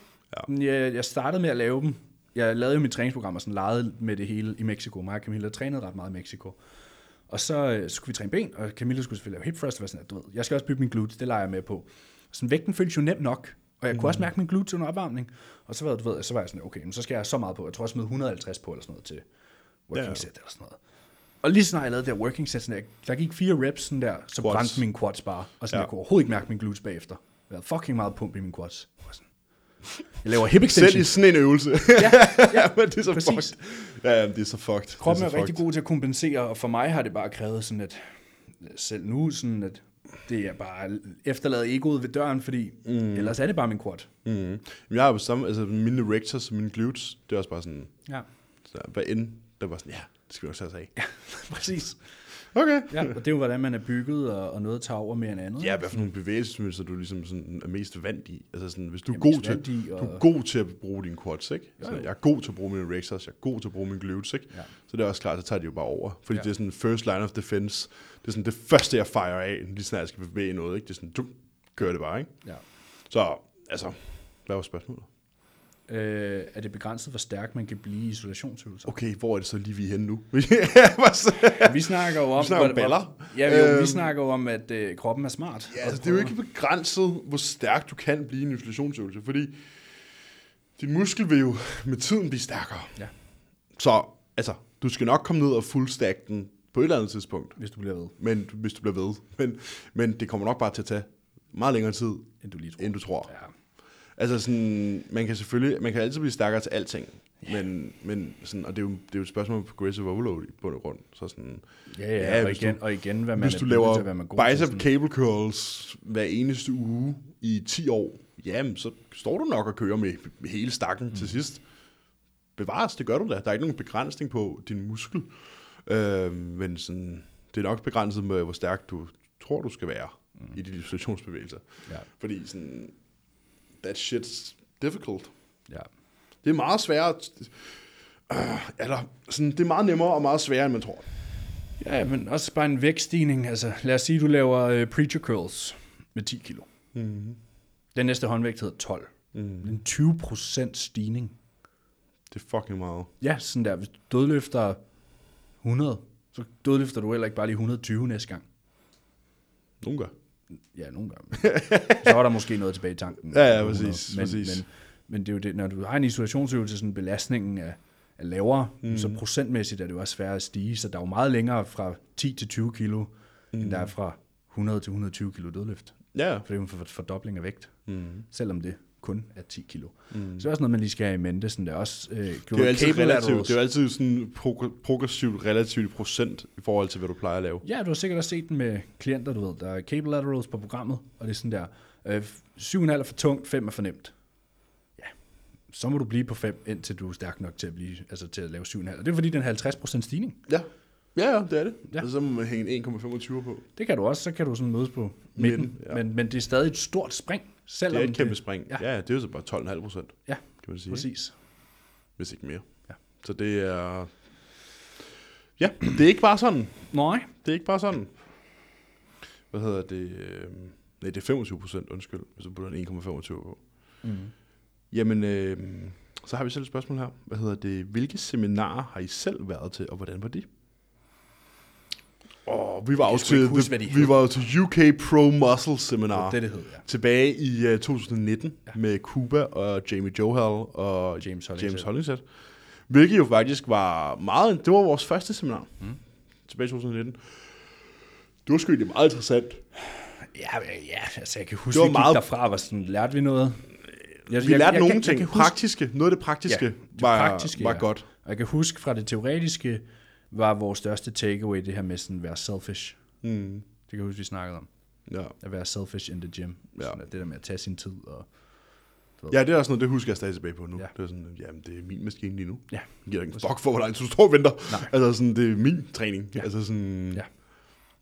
ja. Jeg, jeg startede med at lave dem. Jeg lavede jo mit træningsprogram og sådan legede med det hele i Mexico. Mig og Camilla trænede ret meget i Mexico. Og så, øh, så skulle vi træne ben, og Camilla skulle selvfølgelig lave hip thrust. og var sådan, at, du ved, jeg skal også bygge min glutes, det leger jeg med på. Sådan, vægten føltes jo nem nok, og jeg kunne
Mm.
også mærke min glutes under opvarmning. Og så var, det, du ved, så var jeg sådan, okay, men så skal jeg så meget på. Jeg tror, jeg smed 150 på eller sådan noget til working
Ja.
ja. set eller sådan noget. Og lige så snart jeg lavede det der working set, sådan der, der gik fire reps sådan der, så
Quads.
brændte min quads bare. Og sådan,
Ja.
ja. jeg kunne overhovedet ikke mærke min glutes bagefter. Jeg havde fucking meget pump i min quads. Jeg var sådan, jeg laver hip
Selv i
extension.
sådan en øvelse.
Ja,
ja, men det er så
præcis.
fucked. Ja, ja, det er så fucked. Det
Kroppen
så
er rigtig
fucked.
god til at kompensere, og for mig har det bare krævet sådan, at øh, selv nu, sådan at det er bare efterladet egoet ved døren, fordi mm. ellers er det bare min quad.
Mm. Jamen, Jeg har jo samme, altså mine rectors og mine glutes, det er også bare sådan,
Ja,
så hvad end, der var sådan, ja, det skal vi også have os af.
præcis.
Okay.
Ja, og det er jo, hvordan man er bygget, og, og noget tager over mere end andet.
Ja, hvad for nogle bevægelsesmønstre du ligesom sådan er mest vant i. Altså sådan, hvis du er,
Jeg er
god
mest
til,
vant i,
du
og-
er god til at bruge dine quads, ikke? Altså,
Jo, jo.
jeg er god til at bruge mine rectors, jeg er god til at bruge mine glutes, ikke?
Ja.
Så det er også klart, så tager de jo bare over. Fordi ja.
Ja.
det er sådan first line of defense. Det er sådan det første, jeg fejrer af, lige snart jeg skal bevæge noget, ikke? Det er sådan, du gør det bare, ikke?
Ja.
Så, altså, hvad var spørgsmålet?
Øh, er det begrænset, hvor stærk man kan blive i isolationsøvelser?
Okay, hvor er det så lige, vi er henne nu? ja, altså, hvor så-
Vi snakker jo om...
Vi snakker om
hvor- hvor-
baller.
Ja, jo,
Øhm.
vi snakker jo om, at øh, kroppen er smart.
Ja,
og
altså, det er jo
prøver-
ikke begrænset, hvor stærk du kan blive i en isolationsøvelse, fordi din muskel vil jo med tiden blive stærkere.
Ja.
Så altså, du skal nok komme ned og fuldstække den på et eller andet tidspunkt,
Hvis du bliver ved,
men, hvis du bliver ved. Men, men det kommer nok bare til at tage meget længere tid,
end du lige tror.
end du tror.
Ja.
Altså sådan, man kan selvfølgelig, man kan altid blive stærkere til alting, men, men sådan, og det er, jo, det er jo et spørgsmål om progressive overload i bund og grund. Så sådan,
Ja, ja, ja og,
hvis
igen, og igen, hvad man
hvis
er
du
bygget
laver
til, hvad man er god til,
bicep
sådan-
cable curls hver eneste uge i 10 år, jamen, så står du nok og kører med hele stakken mm. til sidst. Bevares, det gør du da. Der er ikke nogen begrænsning på din muskel. Øh, men sådan, det er nok begrænset med, hvor stærk du tror, du skal være mm. i dine isolationsbevægelser.
Ja.
Fordi sådan, that shit, difficult.
Ja.
Det er meget sværere, øh, eller sådan, det er meget nemmere og meget sværere, end man tror.
Ja, men også bare en vægtstigning. Altså, lad os sige, du laver øh, preacher curls med 10 kilo.
Mm-hmm.
Den næste håndvægt hedder 12.
Mm.
Det er en 20 stigning.
Det er fucking meget.
Ja, sådan der. Hvis du dødløfter 100, så dødløfter du heller ikke bare lige 120 næste gang.
Nogen gør.
Ja, nogle gange. så er der måske noget tilbage i tanken.
Ja, ja,
På
præcis, præcis.
Men, men det er jo det, når du har en isolationsøvelse, sådan belastningen er, er lavere, mm. så procentmæssigt er det jo også sværere at stige, så der er jo meget længere fra 10 til 20 kilo, mm. end der er fra 100 til 120 kilo dødløft.
Ja.
For det er jo en for- fordobling af vægt,
Mm.
selvom det kun er 10 kilo. Mm. Så det er også noget, man lige skal have i mente. Sådan der også, øh,
Det er jo altid relativt, det er jo altid sådan prog- progressivt relativt procent i forhold til, hvad du plejer at lave.
Ja, du har sikkert også set den med klienter, du ved. Der er cable laterals på programmet, og det er sådan der, øh, 7,5 er for tungt, 5 er for nemt. Ja, så må du blive på 5, indtil du er stærk nok til at, blive, altså til at lave 7,5. Og det er fordi, den er 50% stigning.
Ja. Ja, ja, det er det.
Ja.
Ja. Og så må man hænge en 1,25 på.
Det kan du også, så kan du sådan mødes på midten.
Midten, ja.
men, men det er stadig et stort spring.
Det
Selvom
er et kæmpe spring.
Ja.
Ja, ja det er jo så bare 12,5 procent,
Ja,
kan man sige. ikke?
præcis.
Hvis ikke mere.
Ja.
Så det er... Ja, det er ikke bare sådan.
Nej,
Det er ikke bare sådan. Hvad hedder det? øhm, Nej, det er 25 procent, undskyld, hvis du putter en 1,25 på.
Mhm.
Jamen, øh, så har vi selv et spørgsmål her. Hvad hedder det? Hvilke seminarer har I selv været til, og hvordan var de? Oh, vi var jo
sgu ikke
til,
huske, hvad de hed.
vi var jo til UK Pro Muscle Seminar
det er det hed, ja.
tilbage i uh, 2019 ja. med Kuba og Jamie Johal og
James Hollingshead.
James Hollingshead. Hvilket jo faktisk var meget... Det var vores første seminar mm. tilbage i 2019. Det var sgu egentlig meget interessant.
Altså, Ja, ja, altså jeg kan huske,
Det var
vi gik
meget-
derfra og var sådan, lærte vi noget? Jeg,
Vi lærte jeg, nogle
kan-
ting.
kan huske-
praktiske. Noget af det praktiske, ja, det var, praktiske, var ja. godt.
Og jeg kan huske fra det teoretiske, var vores største takeaway det her med sådan at være selfish.
Mm.
Det kan jeg huske, vi snakkede om.
Ja.
At være selfish in the gym.
Ja.
Sådan, at det der med at tage sin tid. Og,
ja, det er også noget, det husker jeg stadig tilbage på nu.
Ja.
Ja. Det er sådan, jamen det er min maskine lige nu.
ja.
Jeg giver ikke en fuck for, hvor lang tid du står og venter.
Nej.
Altså sådan, det er min træning. Ja. Altså sådan...
Ja.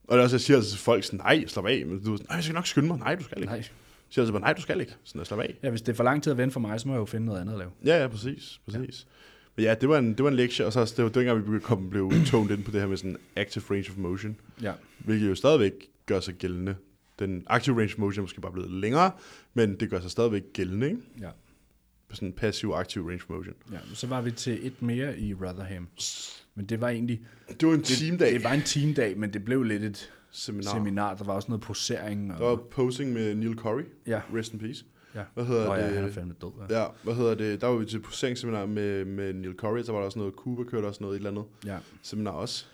Og det er også, jeg siger altså til folk sådan, nej, slap af. Men du er sådan, nej, jeg skal nok skynde mig. Nej, du skal ikke.
Nej.
Så siger jeg altså bare, nej, du skal ikke. Sådan, slap af.
ja, hvis det er for lang tid at vente for mig, så må jeg jo finde noget andet at lave.
Ja, ja, præcis. præcis. Ja. Men ja, det var en, det var en lektie, og så også, det var dengang, vi begyndte at komme, blev toned ind på det her med sådan active range of motion,
Ja.
hvilket jo stadigvæk gør sig gældende. Den active range of motion er måske bare blevet længere, men det gør sig stadigvæk gældende, ikke?
ja.
På sådan en passiv active range of motion.
ja. Så var vi til et mere i Rotherham. Men det var egentlig...
Det var en teamdag
Det var en teamdag, men det blev lidt et
seminar. seminar.
seminar. Der var også noget posering. Og,
Der var posing med Neil Curry,
Ja.
rest in peace.
ja.
Hvad hedder
Nå, ja,
det?
han er fandme død. Ja.
Ja, hvad hedder det? Der var vi til poseringsseminar med, med Neil Curry, så var der også noget, Cooper kørte også noget, et eller andet
ja.
seminar også.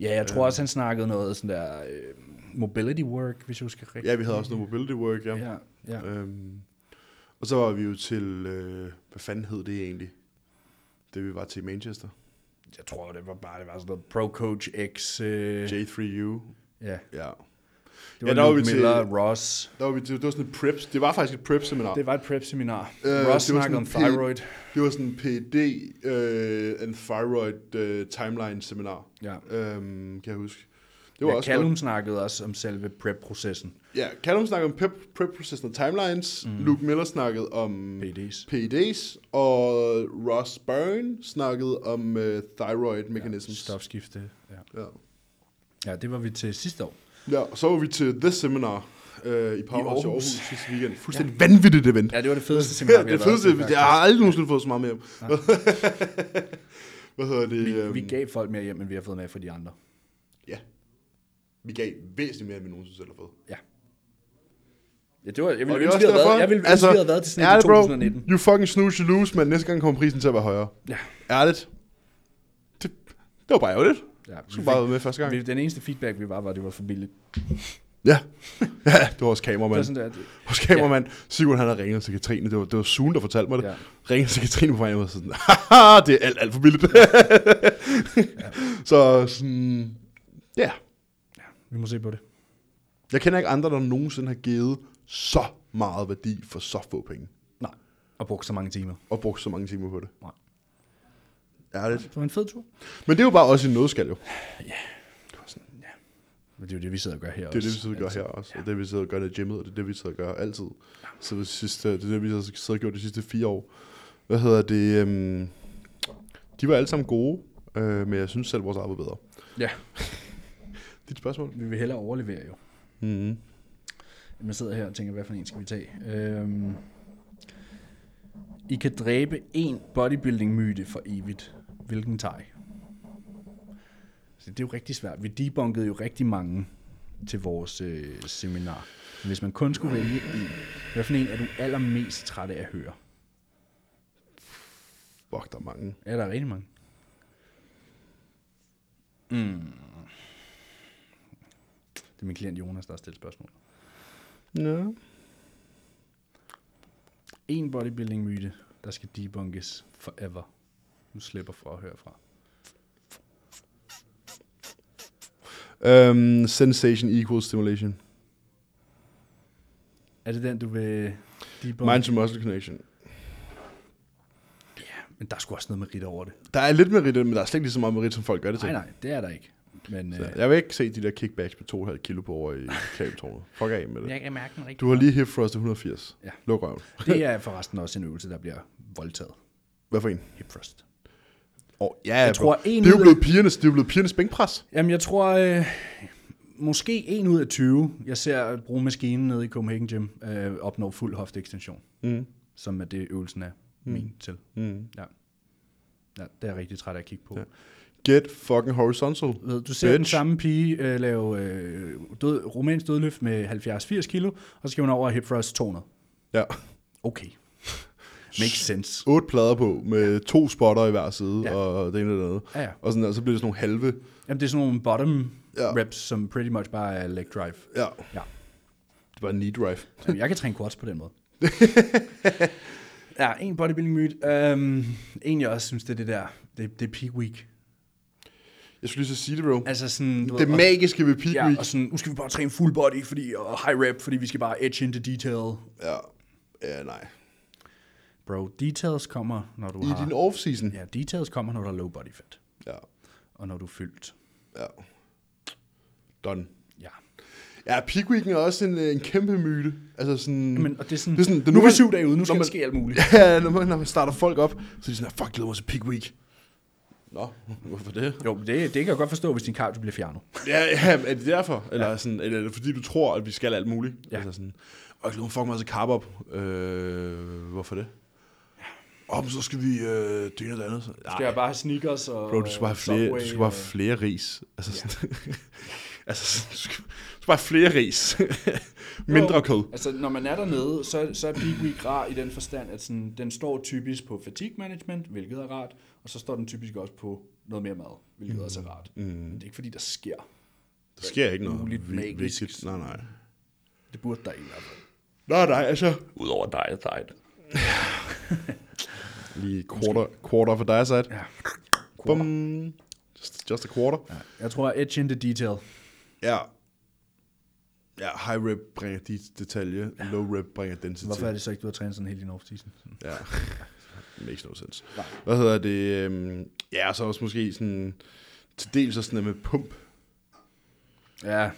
Ja, jeg
Øh.
tror også, han snakkede noget sådan der øh, mobility work, hvis jeg husker rigtigt.
Ja, vi havde også noget mobility work, ja.
Ja, ja.
Øhm, og så var vi jo til, øh, hvad fanden hed det egentlig? Det vi var til i Manchester.
Jeg tror, det var bare det var sådan noget Pro Coach X. Øh,
J3U.
ja,
Ja.
det var
der var
Luke
vi til-
Miller, Ross.
Der var vi, det, det var sådan et preps. Det var faktisk et prep-seminar. Det,
Det var et prep-seminar.
det
Øh,
var
Ross snakkede
sådan
om
P-
thyroid.
det var sådan en PED øh, and thyroid øh, timeline-seminar.
Ja.
Øhm, kan jeg huske.
Det var ja, Callum godt. snakkede også om selve prep-processen.
godt. Ja, Callum snakkede om prep- prep-processen og timelines. Mm. Luke Miller snakkede om
PEDs.
PEDs. Og Ross Byrne snakkede om øh, thyroid mechanisms.
Stofskifte. Ja.
Ja.
ja, det var vi til sidste år.
Ja, og så var vi til The Seminar øh, i Powerhouse i Aarhus
Aarhus.
sidste weekend. Fuldstændig ja. vanvittigt event.
Ja, det var det fedeste
Ja,
seminar, vi
det
har været
fedeste,
til,
jeg har aldrig nogensinde fået så meget med hjem. Hvad hedder det?
faktisk.
øhm,
vi, vi gav folk mere hjem, end vi har fået med fra de andre.
Ja. Vi gav væsentligt mere, end vi nogensinde selv har fået.
Ja. Ja, det var, jeg
Og
ville
det er
ønske, vi
også
havde været,
derfor-
jeg ville altså, ønske, vi havde været til sådan en i
ærligt, bro,
2019.
You fucking snooze, you lose, men næste gang kommer prisen til at være højere.
Ja.
Ærligt. Det, det var bare ærgerligt.
Ja,
Jeg skulle bare have været med første gang.
vi, den eneste feedback, vi var, var, at det var for billigt.
Ja. ja, det var vores
Det var
kameramand.
sådan der, det,
Vores kameramand, Sigurd, han havde ringet til Katrine. Det var, det var Sune, der fortalte mig det.
Ja.
Ja. Ringede til Katrine på vejen, og var sådan, haha, det er alt, alt for billigt. ja. Så sådan, ja.
vi må se på det.
Jeg kender ikke andre, der nogensinde har givet så meget værdi for så få penge.
Nej. Og brugt så mange timer.
Og brugt så mange timer på det.
Nej.
Ærligt.
Det var en fed tur.
Men det er jo bare også en nødskal, jo.
Ja. Det var sådan, ja. Men det er jo det, vi sidder og gør her
Det er
også. altså.
det, vi sidder og gør her også. Ja. Det er det, vi sidder og gør i gymmet, og det er det, vi sidder og gør altid. Så det, sidste, det er det, vi har siddet og gjort de sidste fire år. Hvad hedder det? Øhm, de var alle sammen gode, øh, men jeg synes selv, vores arbejde er bedre.
Ja.
Dit spørgsmål?
Vi vil hellere overlevere jo.
Mm-hmm.
Man sidder her og tænker, hvad for en skal vi tage? Øhm, I kan dræbe en bodybuilding-myte for evigt. Hvilken tager I? Så det er jo rigtig svært. Vi debunkede jo rigtig mange til vores øh, seminar. Men hvis man kun skulle vælge en, hvad for en er du allermest træt af at høre?
Fuck, der er mange.
Ja, der er rigtig mange. Mm. Det er min klient Jonas, der har stillet spørgsmål.
Ja.
En bodybuilding-myte, der skal debunkes forever. Nu slipper for at høre fra.
Øhm, sensation equals stimulation.
Er det den, du vil debunke?
Mind to muscle connection.
Ja, men der er sgu også noget merit over det.
Der er lidt merit, i det, men der er slet ikke lige så meget merit, som folk gør det til.
Nej, nej, det er der ikke. Men,
Så
øh,
jeg vil ikke se de der kickbacks på 2,5 kilo på over i kabeltårnet. Fuck af med det.
Jeg kan mærke den rigtig
Du har lige hip thrust til 180.
Ja.
Luk røven.
det er forresten også en øvelse, der bliver voldtaget.
Hvad for en?
Hip thrust.
Oh, ja, jeg
tror, en
det er jo
ud-
blevet pigernes, det er jo blevet pigernes bænkpres.
Jamen, jeg tror, øh, måske en ud af 20, jeg ser bruge maskinen nede i Copenhagen Gym, øh, opnår fuld hofteekstension,
Mm.
som er det, øvelsen er mm. min til.
Mm.
Ja. ja, det er jeg rigtig træt af at kigge på. Ja.
Ja. Get fucking horizontal.
Ved, Du ser
Bitch.
den samme pige øh, lave øh, død, rumænsk dødløft med 70-80 kilo, og så skal hun over og hip thrust 200.
Ja.
Okay. Makes sense.
Otte plader på med to spotter i hver side,
Ja.
ja. og det ene og det andet.
Ja, ja.
Og, sådan, der, så bliver det sådan nogle halve.
Jamen, det er sådan nogle bottom
Ja.
reps, som pretty much bare er leg drive.
Ja,
Ja.
det var en knee drive.
Jamen, jeg kan træne quads på den måde. ja, en bodybuilding myte. Um, en, jeg også synes, det er det der, det, det er peak week.
Jeg skulle lige så sige det, bro.
Altså sådan, du
Det
og-
magiske ved peak
ja,
week.
og sådan, nu skal vi bare træne full body fordi, og high rep, fordi vi skal bare edge into detail.
Ja. ja, nej.
Bro, details kommer, når du
I
har...
din off-season.
Ja, details kommer, når der er low body fat,
Ja.
og når du er fyldt.
ja. Done.
Ja.
Ja, peak weeken er også en, øh, en kæmpe myte. Altså sådan...
Men, og det er sådan,
Det er sådan, det er
nu er vi
man-
syv dage ude, nu skal
når
der
man-
ske alt muligt.
Ja, når man, når man starter folk op, så er de sådan, fuck, glæder mig til peak week. Nå, hvorfor det?
Jo, men det, det kan jeg godt forstå, hvis din cardio bliver fjernet.
Ja, ja men er det derfor? Eller, ja. sådan, eller er det fordi, du tror, at vi skal alt muligt?
Ja.
Altså sådan, og jeg glæder mig fucking meget til carb op. Øh, hvorfor det? Om så skal vi øh, det ene og det andet. Så,
Skal jeg bare have sneakers og
Bro, du skal bare have flere,
Subway øh.
du skal bare have
og-
flere ris. Altså, sådan, altså sådan, du, skal, du skal bare have flere ris. Mindre kød.
Altså, når man er dernede, så, så er Peak Week rar i den forstand, at sådan, den står typisk på fatigue management, hvilket er rart, og så står den typisk også på noget mere mad, hvilket mm. også er rart. Mm. Men det er ikke fordi, der sker.
Der sker ikke noget
Muligt
vi-
magisk.
vigtigt. Nej, nej.
Det burde der ikke i hvert fald.
Nej, nej, altså.
Udover dig, dig.
Lige quarter, quarter for dig, sat.
Ja.
Bum. Just, just a quarter.
Jeg tror, edge into detail.
Ja. Ja, high rep bringer de detalje, low rep bringer density.
Hvorfor er det så ikke, du har trænet sådan hele din off-season?
Ja. Makes no sense. Hvad hedder det? øhm, Ja, og så også måske sådan, til dels også sådan noget med pump.
Ja,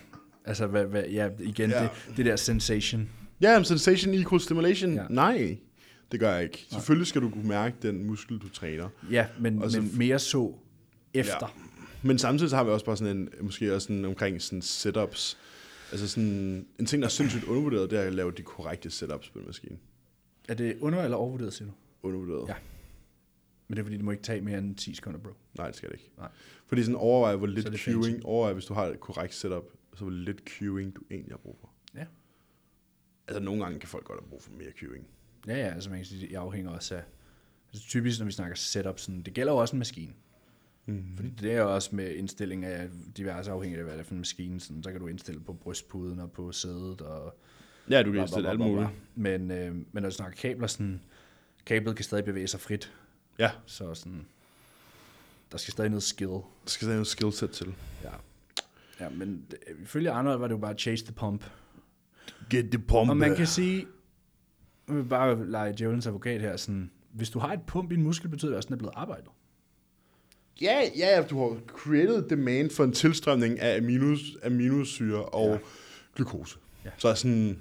altså, hvad, hvad, ja, igen, ja.
Ja.
Det, det der sensation.
Ja, yeah, sensation equals stimulation.
Ja.
Ja. Nej, det gør jeg ikke. Selvfølgelig skal du kunne mærke den muskel, du træner.
Ja, men,
Og så-
men mere så efter. Ja.
Men samtidig så har vi også bare sådan en, måske også sådan omkring sådan setups. Altså sådan, en ting, der er sindssygt undervurderet, det er at lave de korrekte setups på en maskine.
Er det under- eller overvurderet, siger du?
Undervurderet.
Ja. Men det er fordi, du må ikke tage mere end 10 sekunder, bro.
Nej, det skal det ikke.
Nej.
Fordi sådan overvej, hvor
Så er
lidt
det
queuing, overvej, hvis du har et korrekt setup, så hvor lidt queuing du egentlig har brug for.
Ja.
Altså nogle gange kan folk godt have brug for mere queuing.
Ja, ja, altså man kan sige, det afhænger også af, altså typisk når vi snakker setup, sådan, det gælder jo også en maskine.
Mhm.
Mm-hmm. Fordi det er jo også med indstilling af diverse afhængige af, hvad det er for en maskine, sådan, så kan du indstille på brystpuden og på sædet og
Ja, du
bla,
kan
bla,
indstille
bla,
alt
bla, bla.
muligt.
Men, øh, men når du snakker kabler, sådan, kablet kan stadig bevæge sig frit,
Ja,
så sådan, der skal stadig noget skill.
der skal sådan noget skillset til.
Ja. Ja, men det- ifølge Arnold var det jo bare chase the pump.
Get the pump.
Og man kan sige, jeg vil bare lege djævelens advokat her, sådan, hvis du har et pump i en muskel, betyder det også, at den er blevet arbejdet.
Ja, ja, ja, du har created demand for en tilstrømning af aminos, aminosyre og ja. glukose. Ja.
Ja.
Så er sådan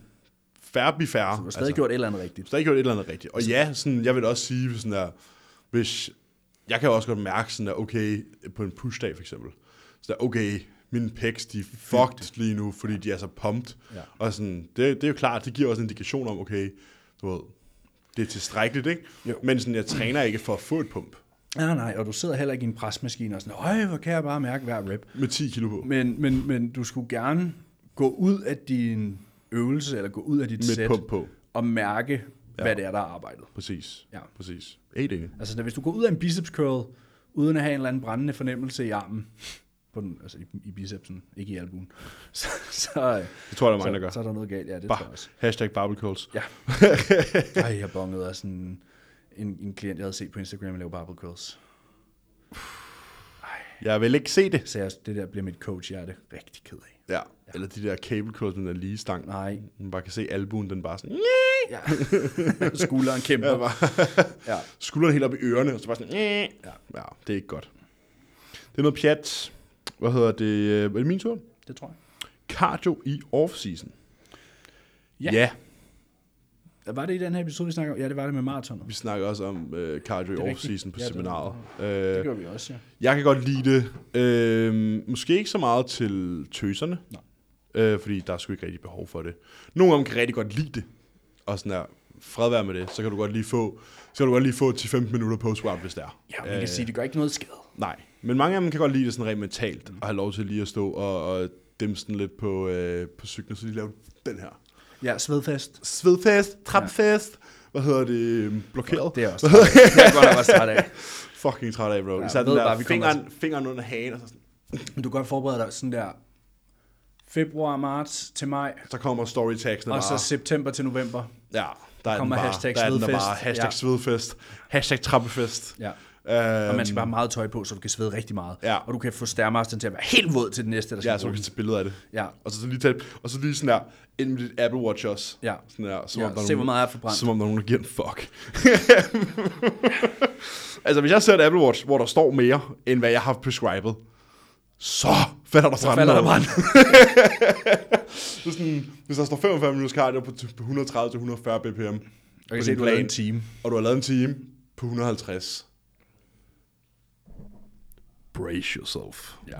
færre bi færre.
Du har stadig altså. gjort Altså- et eller andet rigtigt.
stadig gjort et eller andet rigtigt. Og ja, sådan, jeg vil også sige, hvis sådan der, hvis, jeg kan jo også godt mærke sådan der, okay, på en pushdag for eksempel, så der, okay, mine pecs, de er fucked lige nu, fordi de er så pumped.
Ja.
Og sådan, det, det er jo klart, det giver også en indikation om, okay, du ved, det er tilstrækkeligt, ikke?
Jo.
Men sådan, jeg træner ikke for at få et pump
Nej, nej, og du sidder heller ikke i en presmaskine og sådan, øj, hvor kan jeg bare mærke hver rep.
med 10 kilo på.
Men, men, men du skulle gerne gå ud af din øvelse, eller gå ud af dit
Med et
sæt,
pump på.
og mærke, hvad det er, der er arbejdet.
Præcis.
Ja.
Præcis. Helt enig.
Altså, hvis du går ud af en biceps curl, uden at have en eller anden brændende fornemmelse i armen, på den, altså i, i bicepsen, ikke i albuen, så, så,
Det tror jeg, der er mange, der
så,
gør.
så er der noget galt. Ja, det tror jeg
Bare,
også.
hashtag barbell curls.
Ja. Ej, jeg bongede også en, en, en klient, jeg havde set på Instagram lave barbell curls.
Jeg vil ikke se det.
Så jeg, det der bliver mit coach, jeg er det rigtig ked af.
Ja. Eller de der cable curls med den der lige stang.
Nej.
Man bare kan se albuen, den bare sådan...
Ja. Skulderen kæmper.
Ja,
Ja,
bare,
ja.
skulderen helt op i ørerne, og så bare sådan... Ja. ja, det er ikke godt. Det er noget pjat. Hvad hedder det? Øh, Er det min tur?
det tror jeg.
Cardio i off-season.
Ja.
ja.
Var det i den her episode, vi snakker om? Ja, det var det med maratoner.
Vi snakker også om øh, cardio i
Det er rigtigt.
off-season på
Ja, det-
seminaret.
Det
Øh,
gør vi også, ja.
Jeg kan godt lide det. Øh, måske ikke så meget til tøserne.
Nej.
Øh, fordi der er sgu ikke rigtig behov for det. Nogle af dem kan rigtig godt lide det. Og sådan der, fred være med det. Så kan du godt lige få, så kan du godt lige få 10-15 minutter post-workout, hvis det er. Øh,
Ja, man kan sige, det gør ikke noget skade.
Nej. Men mange af dem kan godt lide det sådan rent mentalt. Og have lov til lige at stå og, og dem sådan lidt på, øh, på cyklen, så de laver den her.
Ja, svedfest.
Svedfest, trapfest, hvad hedder det, øhm, blokeret.
Det er jeg også træt af. Det er jeg godt nok også træt af.
Fucking træt af, bro.
Ja,
Især
jeg
den
ved
der
bare, vi kommer
fingeren, fingeren under hagen, og så, sådan,
Men du kan godt forberede dig sådan der februar, marts til maj,
så kommer storytagsene
og
bare.
så september til november.
Ja, der er
Kommer
den bare,
hashtag
der er den der
svedfest.
bare hashtag
Ja.
svedfest, hashtag trappefest.
Ja.
Øh,
Og man skal bare have meget tøj på, så du kan svede rigtig meget.
Ja.
Og du kan få stærmasteren til at være helt våd til den næste, der skal
ja, så du
bruge
kan tage billeder af det.
den. Ja.
Og så, så lige tage, og så lige sådan der, ind med dit Apple Watch også.
Ja.
Sådan der, som
Ja,
om der er
se,
nogen-
hvor meget jeg har forbrændt.
Som om der er nogen, der giver en fuck. altså, hvis jeg ser et Apple Watch, hvor der står mere, end hvad jeg har prescribet, så falder der brand.
falder der brand.
det er sådan, hvis der står 45 minutters cardio på, t- på 130-140 bpm,
Jeg kan
på
se,
din
du har lavet
plan.
en time.
og du har lavet en time på 150. Brace yourself.
Ja.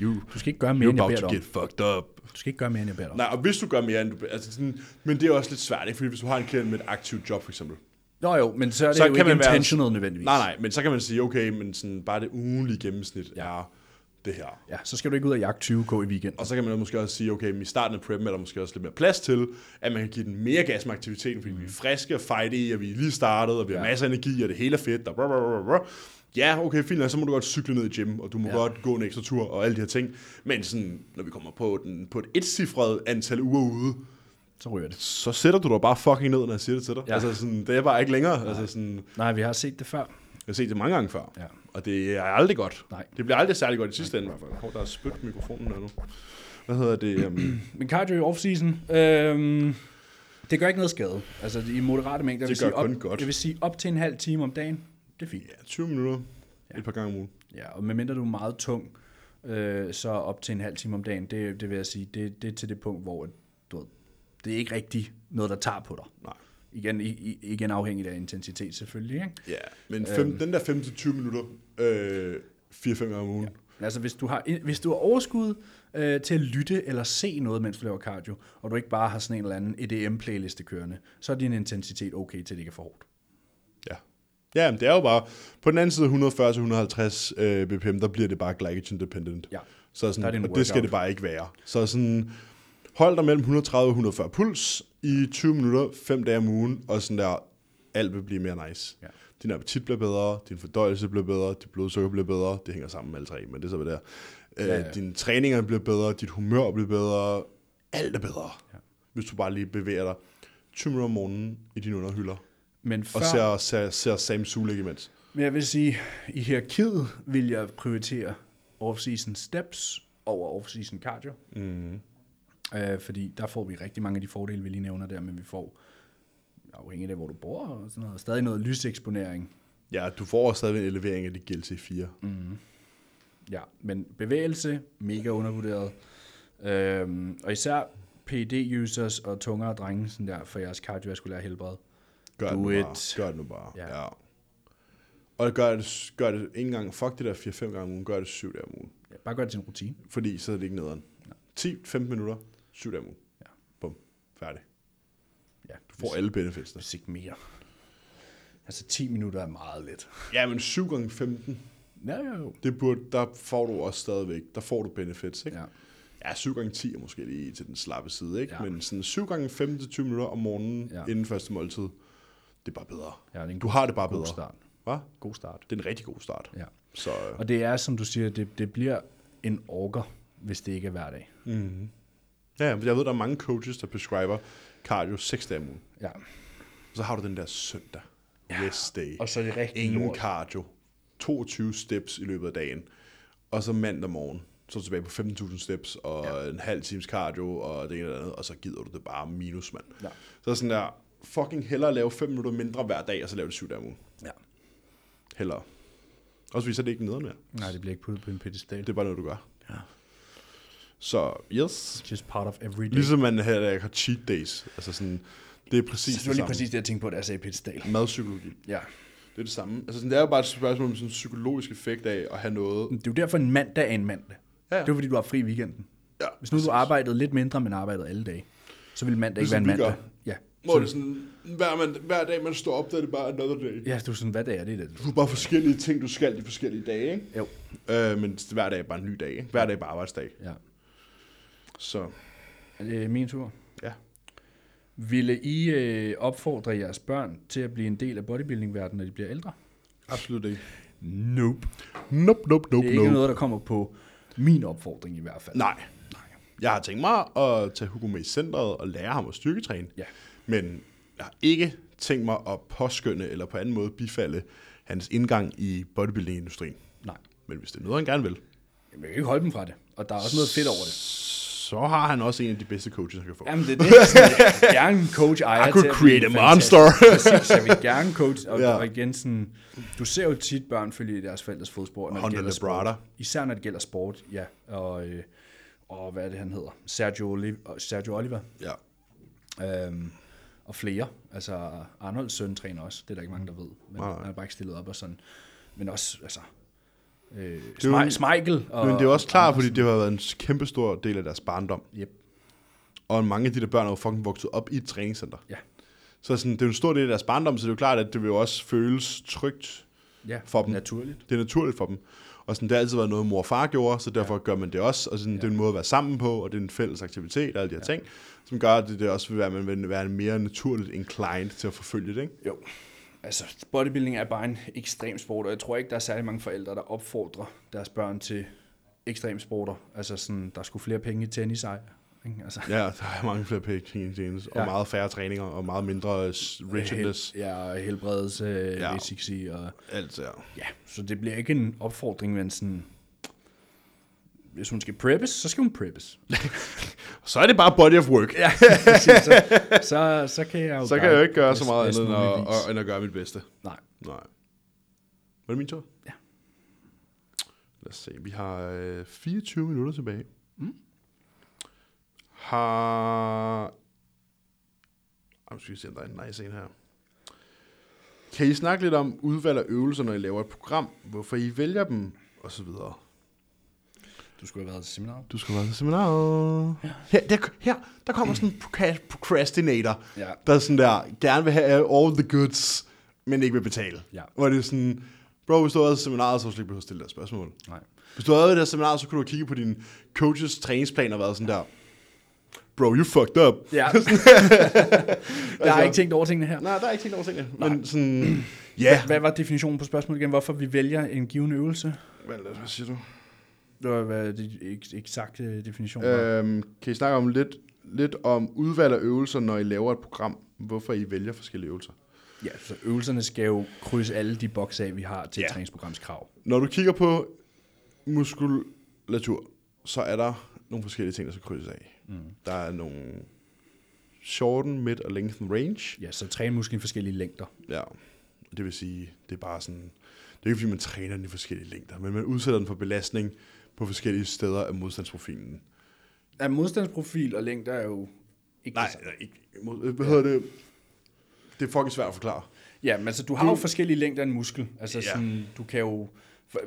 You,
Du skal ikke gøre mere,
you're
end jeg
about
beder
to
dig om.
get fucked up.
Du skal ikke gøre mere, end jeg beder dig om.
Nej, og hvis du gør mere, end du... Altså sådan, men det er også lidt svært, ikke? Fordi hvis du har en klient med et aktivt job, for eksempel.
Nå jo, men så er det
Så
så jo
kan
ikke
man være-
intentional nødvendigvis.
Nej, nej, men så kan man sige, okay, men sådan, bare det ugenlige gennemsnit ja. er det her.
Ja, så skal du ikke ud og jagte 20k i weekenden.
Og så kan man måske også sige, okay, men i starten af preppen er der måske også lidt mere plads til, at man kan give den mere gas med aktiviteten, fordi mm. vi er friske og fighty, og vi er lige startet, og vi har ja.
Ja.
masser af energi, og det hele er fedt. Og bla, bla, bla, bla. Ja, okay, fint, nok, så må du godt cykle ned i gym, og du må ja.
Ja.
godt gå en ekstra tur, og alle de her ting. Men sådan, når vi kommer på, den, på et etcifret antal uger ude,
Så ryger det.
så sætter du dig bare fucking ned, når jeg siger det til dig. Ja.
Ja.
Altså sådan, det er bare ikke længere. Altså sådan,
Nej, vi har set det før.
jeg har set det mange gange før.
Ja.
Og det er aldrig godt.
Nej.
Det bliver aldrig særlig godt i sidste ende. Hov, der er spyt på mikrofonen der nu. Hvad hedder det? Um,
Men cardio i off-season, øhm, det gør ikke noget skade. Altså i moderate mængder.
Det
jeg vil
gør
sige
kun
op,
godt.
Jeg vil sige op til en halv time om dagen. Det er fint.
ja, 20 minutter. Ja. Et par gange om ugen.
Ja, og medmindre du er meget tung, øh, så op til en halv time om dagen, det, det vil jeg sige, det, det er til det punkt, hvor du ved, det er ikke rigtig noget, der tager på dig.
Nej.
Igen, i, i- igen afhængigt af intensitet selvfølgelig. Ikke?
Ja, men fem, den der 5-20 minutter, øh, 4-5 gange om ugen.
Men Altså hvis du har, hvis du har overskud øh, til at lytte eller se noget, mens du laver cardio, og du ikke bare har sådan en eller anden EDM-playliste kørende, så er din intensitet okay til, det ikke er for hårdt.
Ja. Ja, men det er jo bare, på den anden side 140-150 øh, bpm, der bliver det bare glycogen dependent.
Ja.
Så sådan,
Der er det en
og det skal
workout.
det bare ikke være. Så sådan, hold dig mellem 130 og 140 puls i 20 minutter, 5 dage om ugen, og sådan der, alt vil blive mere nice.
Ja.
Din appetit bliver bedre, din fordøjelse bliver bedre, dit blodsukker bliver bedre, det hænger sammen med alle tre, men det er så, hvad det er. Øh, ja,
Ja,
ja.
ja.
Dine træninger bliver bedre, dit humør bliver bedre, alt er bedre, ja. hvis du bare lige bevæger dig 20 minutter om morgenen i dine underhylder.
Men før,
Og ser, ser, ser Sam Sulek imens.
men jeg vil sige, i hierarkiet vil jeg prioritere off-season steps over off-season cardio.
Mm.
Øh, fordi der får vi rigtig mange af de fordele, vi lige nævner der, men vi får, afhængigt af hvor du bor, og sådan noget, stadig noget lyseksponering.
Ja, du får også stadigvæk en elevering af dit GLC 4. Mm.
Mhm. Ja, men bevægelse, mega undervurderet. Øhm, og især pd users og tungere drenge, sådan der, for jeres kardiovaskulære helbred.
Gør
Do
det nu
it.
bare. Gør det nu bare.
Ja.
Ja. ja. Og gør det, gør det ikke engang, fuck det der 4-5 gange om ugen, gør det 7 dage om ugen.
Ja, bare gør det til en rutine.
Fordi så er det ikke nederen. 10-15 minutter, 7 dage om ugen.
Ja.
Bum. Færdig.
Ja,
Du får alle benefitsene.
hvis ikke mere. Altså 10 minutter er meget lidt.
Ja, men 7 gange 15,
Ja, jo, jo.
det burde, der får du også stadigvæk, der får du benefits, ikke?
Ja.
Ja, 7 gange 10 er måske lige til den slappe side, ikke?
Ja.
Ja. Men sådan 7 gange 15 til 20 minutter om morgenen
Ja.
ja. inden første måltid, det er bare bedre.
Ja, det er en
Du
god-
har det bare
God
bedre.
start.
Hva?
God start.
Det er en rigtig god start.
Ja.
Så øh,
Og det er, som du siger, det, det bliver en orker, hvis det ikke er hver dag.
ja, ja, men jeg ved, der er mange coaches, der prescriber cardio 6 dage om ugen.
Ja.
Så har du den der søndag, rest day.
Og så er det rigtig
Ingen
lort.
cardio. 22 steps i løbet af dagen. Og så mandag morgen, så er du tilbage på 15.000 steps, og ja. en halv times cardio, og det ene og det andet, og så gider du det bare minus, mand.
Ja.
Så sådan der, fucking hellere lave 5 minutter mindre hver dag, og så lave det 7 dage om ugen.
ja.
Hellere. Også fordi så er det ikke nederen mere.
Nej, det bliver ikke puttet på en pedestal.
Det er bare noget, du gør.
Ja.
Så, yes.
It's just part of every day.
Ligesom man har, har cheat days. Altså sådan, det er præcis
Så det var lige præcis det, jeg tænkte på, da jeg sagde pedestal.
Madpsykologi.
Ja.
Det er det samme. Altså sådan, det er jo bare et spørgsmål om sådan en psykologisk effekt af at have noget.
Det er jo derfor, en mandag er en mandag. Ja.
Ja, ja.
Det er jo, fordi, du har fri i weekenden.
Ja,
Hvis nu du arbejdede lidt mindre, men arbejdede alle dage, så ville mandag ikke være
Ligesom
en
vi
mandag. Ja.
Hvor det er sådan, hver, man, hver dag man står op, der er det bare another day.
ja, du er sådan, hvad dag er det? det?
Du har bare forskellige ting, du skal de forskellige dage, ikke?
Jo.
Øh, men hver dag er bare en ny dag, ikke? Hver dag er bare arbejdsdag.
Ja.
Så,
Er det min tur?
ja.
Ville I øh, opfordre jeres børn til at blive en del af bodybuilding-verdenen, når de bliver ældre?
Absolut ikke.
Nope.
Nope, nope,
Det
nope,
er ikke noget, der kommer på min opfordring i hvert fald.
Nej. Jeg har tænkt mig at tage Hugo med i centret og lære ham at styrketræne.
Ja.
Men jeg har ikke tænkt mig at påskynde eller på anden måde bifalde hans indgang i bodybuilding-industrien.
Nej.
Men hvis det er noget, han gerne vil,
Jamen, jeg kan ikke holde dem fra det. Og der er også noget fedt over det.
så har han også en af de bedste coaches, han kan få.
Jamen, det er det. Sådan, jeg vil gerne coach ejer
I could
til at
create
blive
a
fantastisk.
monster.
Præcis, jeg vil gerne coach. Og, ja.
Ja.
og igen, sådan, du ser jo tit børn følge i deres forældres fodspor, når det
Honda
gælder sport.
Labrada.
Især når det gælder sport, ja. Og, øh, og hvad er det, han hedder? Sergio, Oli- Sergio Oliver.
Ja.
Øhm, og flere. Altså, Arnolds søn træner også. Det er der ikke mange, der ved. Men
Nej.
han er bare ikke stillet op og sådan. Men også, altså... Øh,
er jo-
Smei- Smeichel og...
Men det er jo også klart, fordi det har været en kæmpe stor del af deres barndom.
Yep.
Og mange af de der børn er jo fucking vokset op i et træningscenter.
Ja.
Så sådan, det er jo en stor del af deres barndom, så det er jo klart, at det vil jo også føles trygt.
ja,
For dem.
Naturligt.
Det er naturligt for dem. Og sådan, det har altid været noget, mor og far gjorde, så derfor ja. gør man det også. Og sådan, ja. det er en måde at være sammen på, og det er en fælles aktivitet og alle de her ja. ting, som gør, at det, det også vil være, at man vil være mere naturligt inclined til at forfølge det, ikke?
Jo. Altså, bodybuilding er bare en ekstrem sport, og jeg tror ikke, der er særlig mange forældre, der opfordrer deres børn til ekstremsporter. Altså sådan, der skulle flere penge i tennis, ej. Ikke? Altså,
Ja, der er mange flere penge i tjenes,
Ja.
og meget færre træninger, og meget mindre øh, s- richness.
hel- ja, og helbredelse, ja.
Ja.
vil jeg sige, og
Alt der.
ja, så det bliver ikke en opfordring, men sådan, hvis hun skal preppes, så skal hun preppes.
Så er det bare body of work.
Ja, præcis, så, så, så kan jeg jo
Så kan
guide
jeg jo ikke gøre
bedst-
så meget
bedst
andet end
mulig vis.
at, end at gøre mit bedste.
Nej,
Nej. Var det min tur?
Ja.
Lad os se. Vi har øh, 24 minutter tilbage. Mm. Har... Ej, Nu skal vi se, om der er en nice en her. Kan I snakke lidt om udvalg af øvelser, når I laver et program? Hvorfor I vælger dem? Og så videre.
du skulle have været til seminaret.
Du skal være til seminaret. Her, der, her, der kommer sådan en proca- procrastinator,
Ja.
der sådan der, gerne vil have all the goods, men ikke vil betale.
Ja.
Hvor det er sådan, bro, hvis du havde været til seminaret, så havde du slet ikke behøvet at stille det her spørgsmål.
Nej.
Hvis du havde været til det her seminar, så kunne du kigge på din coaches træningsplan og været sådan der, bro, you fucked up.
Ja. jeg
Altså-
har ikke tænkt over tingene her.
Nej, der er ikke tænkt over tingene. Men sådan, ja.
Hvad var definitionen på spørgsmålet igen? Hvorfor vi vælger en given øvelse?
Hvad, hvad siger du?
Det var hvad det ek- eksakte definition var.
Øhm, kan I snakke om lidt, lidt om udvalg af øvelser, når I laver et program? Hvorfor I vælger forskellige øvelser?
Ja, så øvelserne skal jo krydse alle de bokser, vi har til
Ja.
yeah. træningsprogramskrav.
Når du kigger på muskulatur, så er der nogle forskellige ting, der skal krydses af. Mm. Der er nogle shorten, mid og lengthen range.
Ja, så træne musklen i forskellige længder.
Ja. Det vil sige, det er bare sådan, det er ikke fordi, man træner den i forskellige længder, men man udsætter den for belastning på forskellige steder af modstandsprofilen.
Ja, modstandsprofil og længder er jo ikke det
Nej,
samme.
nej, ikke, mod- hvad hedder det? Det er fucking svært at forklare.
Ja, men altså, du har jo forskellige længder af en muskel. Altså,
Ja.
sådan, du kan jo... for-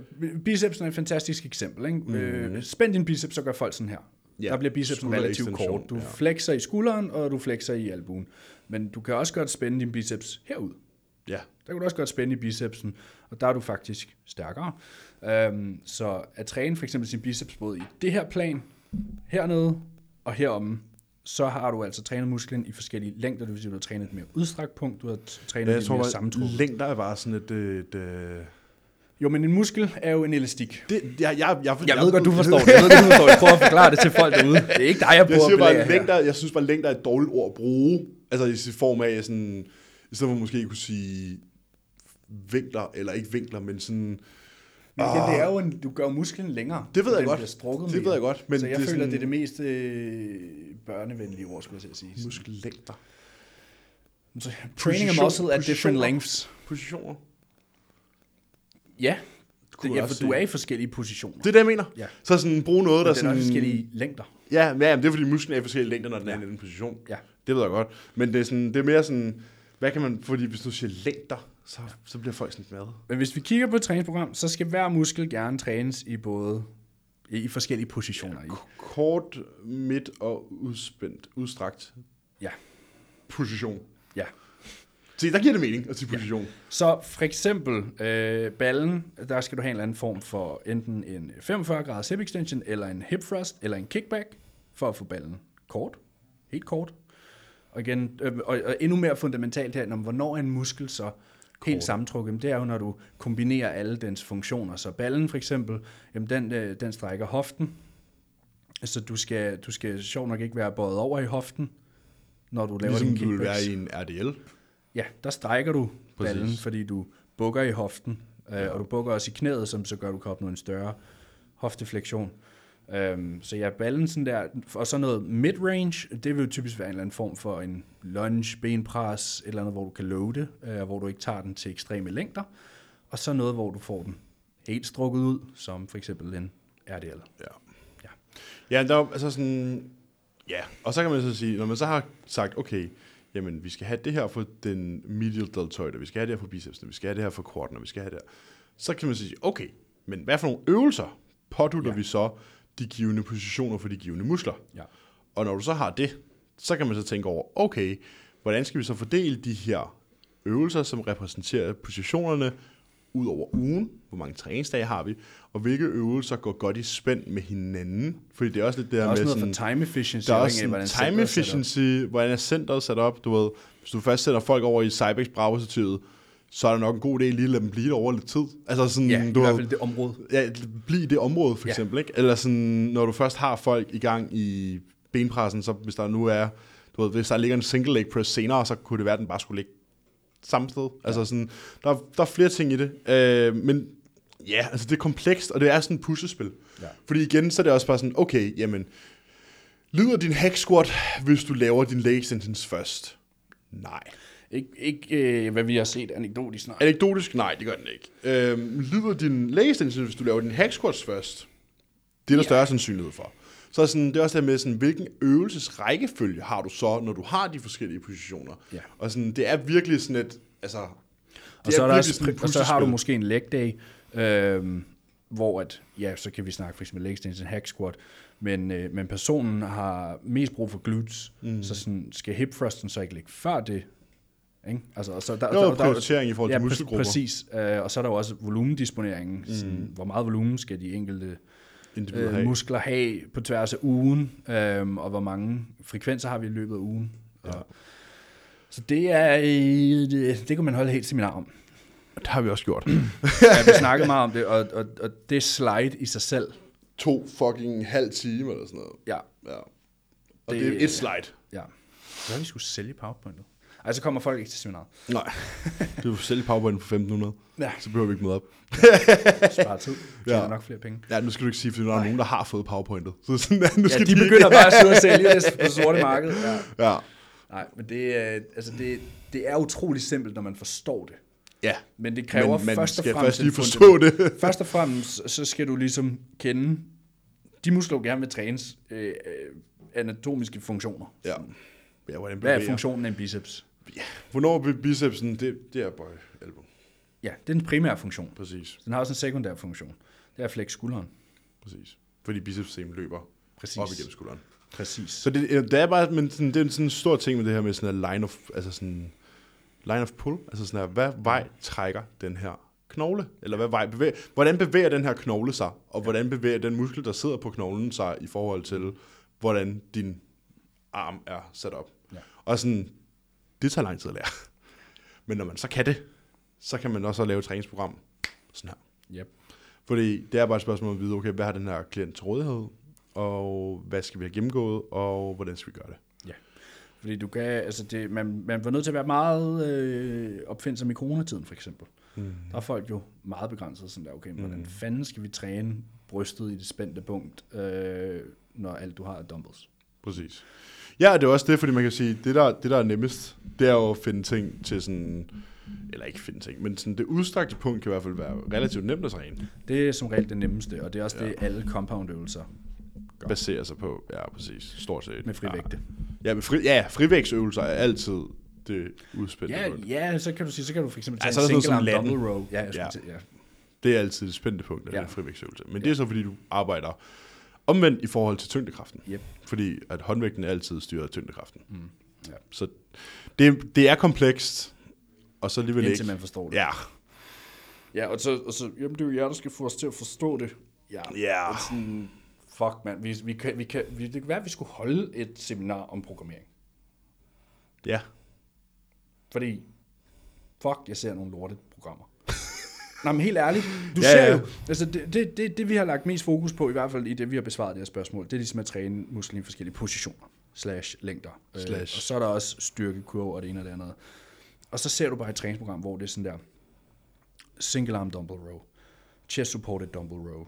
Bicepsen er et fantastisk eksempel. Ikke? Mm. Øh, spænd din biceps, så gør folk sådan her.
Ja,
Ja. Der bliver bicepsen relativt
skulderekstension,
kort. Du
ja.
ja. flexer i skulderen, og du flexer i albuen. Men du kan også godt spænde din biceps herud.
Ja,
Der kan du også godt spænde i bicepsen, og der er du faktisk stærkere. Øhm, så at træne for eksempel sin biceps både i det her plan, hernede og heromme, så har du altså trænet musklen i forskellige længder, det vil sige, du har trænet et mere udstrakt punkt, du har t- trænet
ja
ja,
jeg
et mere
tror, bare,
sammentrukket.
længder er bare sådan et... et, et
Jo, men en muskel er jo en elastik.
det, jeg, jeg, jeg,
Jeg ved godt, du forstår det. Jeg ved godt, du forstår det. Prøv at forklare det til folk derude. Det er ikke dig, jeg
Jeg
prøver
siger
at
bare,
belære
at
her.
længder, jeg synes bare, at længder er et dårligt ord at bruge. Altså i sin form af sådan, i stedet for måske kunne sige vinkler, eller ikke vinkler, men sådan...
Men igen, det er jo en, du gør musklen længere.
Ah. Det ved
og
jeg
den
godt.
bliver strukket
Det
mere.
ved jeg godt, men
så jeg
det er
føler,
sådan-
det er det mest øh, børnevenlige ord, skulle jeg til at sige.
Muskellængder.
Så Training a
Position-
muscle at different
positioner.
lengths.
Positioner.
Ja,
kunne
det,
jeg
ja for
også
du
sige.
er i forskellige positioner.
Det er det, jeg mener.
Ja.
Så sådan, bruge noget, der
Men den er
sådan...
i forskellige længder.
Ja, men ja, men det er fordi musklen er i forskellige længder, når den ja. er i en anden position.
Ja.
Det ved jeg godt. Men det er, sådan, det er mere sådan, hvad kan man... Fordi hvis du siger længder, så, så bliver folk sådan lidt mad.
Men hvis vi kigger på et træningsprogram, så skal hver muskel gerne trænes i både i forskellige positioner. Ja.
Kort, midt og udspændt, udstrakt
ja.
position.
ja.
Se, der giver det mening at sige position.
Så for eksempel øh, ballen, der skal du have en eller anden form for enten en 45 graders hip extension, eller en hip thrust, eller en kickback, for at få ballen kort. Helt kort. Og, igen, øh, og, og endnu mere fundamentalt her, om hvornår er en muskel så helt sammentrukket, jamen det er jo, når du kombinerer alle dens funktioner. Så ballen for eksempel, jamen den, øh, den strækker hoften, så du skal, du skal sjov nok ikke være bøjet over i hoften, når du laver
Ligesom
din
du vil
kickbacks.
være i en RDL.
Ja, der strækker du
Præcis.
Præcis. ballen, fordi du bukker i hoften, øh, og du bukker også i knæet, som så gør, at du kan opnå en større hofteflektion. Øhm, så ja, ballen sådan der, og så noget mid-range, det vil jo typisk være en eller anden form for en lunge, benpres, et eller andet, hvor du kan loade, det, øh, hvor du ikke tager den til ekstreme længder, og så noget, hvor du får den helt strukket ud, som for eksempel en RDL.
Ja.
Ja.
Ja, der, er- altså sådan, ja. Og så kan man så sige, når man så har sagt, okay, jamen vi skal have det her for den medial deltoid, og vi skal have det her for bicepsen, og vi skal have det her for quaden, og vi skal have det her. Så kan man så sige, okay, men hvad for nogle øvelser pådutter ja. vi så de givende positioner for de givende muskler?
Ja.
Og når du så har det, så kan man så tænke over, okay, hvordan skal vi så fordele de her øvelser, som repræsenterer positionerne ud over ugen? Hvor mange træningsdage har vi? Og hvilke øvelser går godt i spænd med hinanden? Fordi det er også lidt det
Der er
her med
også noget
sådan,
for time efficiency.
der er
afhængig
også
af, hvordan centeret
sådan time
er sat op.
efficiency, hvordan er centeret sat op, du ved. Hvis du først sætter folk over i Cybex Bravo-stativet, så er det nok en god idé lige at lade dem blive derovre lidt tid. Altså sådan,
Ja, i
du
hvert
ved-
fald det område.
ja, blive i det område, for
Ja.
eksempel. Ikke? Eller sådan, når du først har folk i gang i benpressen, så hvis der nu er, du ved, hvis der ligger en single leg press senere, så kunne det være, at den bare skulle ligge samme sted. Altså sådan, der, er- der er flere ting i det. Øh, men ja, altså det er komplekst, og det er sådan et puslespil.
Ja.
Fordi igen, så er det også bare sådan, okay, jamen, lider din hack squat, hvis du laver din leg extensions først? Nej.
Ikke, ikke øh, hvad vi har set anekdotisk snart.
Anekdotisk? Nej, det gør den ikke. Øhm, lyder din lægestension, hvis du laver din hack squats først? Det er
Ja.
der større sandsynlighed for. Så sådan, det er også der med, sådan, hvilken øvelsesrækkefølge har du så, når du har de forskellige positioner.
Ja.
Og sådan, det er virkelig sådan et, altså... det
Og så, er der
virkelig
også,
sådan et
og så har du
puslespil.
måske en leg day, øhm, hvor at, ja, så kan vi snakke for eksempel leg extension, hack squat, men, øh, men personen har mest brug for glutes, mm. så sådan, skal hip thrusten så ikke ligge før det? Ikke? Altså, og så der,
Jo,
der, der,
prioritering i forhold til
præ-
muskelgrupper.
Præcis, øh, og så er der jo også volumendisponeringen. Sådan, Hvor meget volumen skal de enkelte
Individer
øh,
have.
muskler have på tværs af ugen, øh, og hvor mange frekvenser har vi i løbet af ugen? Ja. Og, så det er, øh, det, det kan man holde helt seminar om.
Det har vi også gjort.
Ja, vi snakkede meget om det, og, og, og det slide i sig selv,
to fucking halv time eller sådan noget.
ja,
Ja. Og det,
Det-
det er et slide.
ja. Hvad er vi skulle sælge PowerPointet? Ej, så kommer folk ikke til seminaret.
Nej. du vil sælge powerpointen for 1500.
Ja.
Så behøver vi ikke møde op.
Spare tid. Tjener
Ja.
ja. nok flere penge.
Ja, nu skal du ikke sige, fordi der er nogen, der har fået powerpointet. Så sådan, ja, nu
Ja,
skal
de begynder bare at sidde og sælge det på sorte marked. Ja.
Ja.
øh, Nej, men det, er- altså det, det er utrolig simpelt, når man forstår det.
Ja,
Men det kræver
men man
først og
skal
fremmest...
først lige
en
forstå det.
Først og fremmest, så skal du ligesom kende de muskler, du gerne vil trænes, øh, øh, anatomiske funktioner.
Ja. ja hvordan
Hvad er
bevæger-
funktionen af en biceps?
Ja. Hvornår bliver bicepsen? Det, det er bøj album.
Ja, det er den primære funktion.
Præcis.
Den har også en sekundær funktion. Det er at flække skulderen.
Præcis. Fordi bicepssemen løber
Præcis.
Præcis. op igennem skulderen.
Præcis.
Så det, det er bare men sådan, det er sådan en stor ting med det her med sådan en line of, altså sådan, line of pull. Altså sådan her, hvad vej trækker den her knogle? Eller hvad vej bevæger, hvordan bevæger den her knogle sig? Og hvordan bevæger den muskel, der sidder på knoglen sig i forhold til, hvordan din arm er sat op?
Ja.
Og sådan, det tager lang tid at lære. Men når man så kan det, så kan man også lave et træningsprogram sådan her.
Yep.
Fordi det er bare et spørgsmål om at vide, okay, hvad har den her klient til rådighed, og hvad skal vi have gennemgået, og hvordan skal vi gøre det?
Ja. Fordi du kan, altså det, man, man var nødt til at være meget øh, opfindsom i coronatiden, for eksempel. Mm. Der er folk jo meget begrænset sådan der, okay,
Mm.
men hvordan fanden skal vi træne brystet i det spændte punkt, øh, når alt du har er dumbbells?
Præcis. Ja, og det er også det, fordi man kan sige, det der, det der er nemmest, det er jo at finde ting til sådan, eller ikke finde ting, men sådan det udstrakte punkt kan i hvert fald være relativt nemt at træne,
Det er som regel det nemmeste, og det er også ja. det, alle compound-øvelser
basere sig på, ja præcis, stort set.
med frivægte.
Ja, ja, med fri, ja frivægtsøvelser er altid det udspændte
Ja,
punkt.
ja, så kan du sige, så kan du for eksempel tage
Ja,
ja,
så er der
en
sådan
single arm
noget som
double row.
landen.
Ja, jeg
Ja.
ja. Til, ja.
Det er altid et spændende punkt, når ja. det
Ja.
er en frivægtsøvelse. Men det er så, fordi du arbejder omvendt i forhold til tyngdekraften.
Yep.
Fordi at håndvægten er altid styret af tyngdekraften. Mm.
Ja.
Så det, det er komplekst, og så alligevel
Indtil
ikke.
man forstår det.
Ja,
Ja, og så, og så jamen, det er jo jer, der skal få os til at forstå det. Ja.
Ja.
Og Sådan, fuck, mand. Vi, vi kan, vi kan, vi, det kan være, at vi skulle holde et seminar om programmering.
ja.
Fordi, fuck, jeg ser nogle lorte programmer. Nej, men helt ærligt, du
Ja,
ja, ser
ja.
jo, altså det, det, det, det, vi har lagt mest fokus på, i hvert fald i det, vi har besvaret det her spørgsmål, det er ligesom at træne musklen i forskellige positioner, slash længder. Øh,
Slash.
og så er der også styrkekurve og det ene og det andet. Og så ser du bare et træningsprogram, hvor det er sådan der, single arm dumbbell row, chest supported dumbbell row,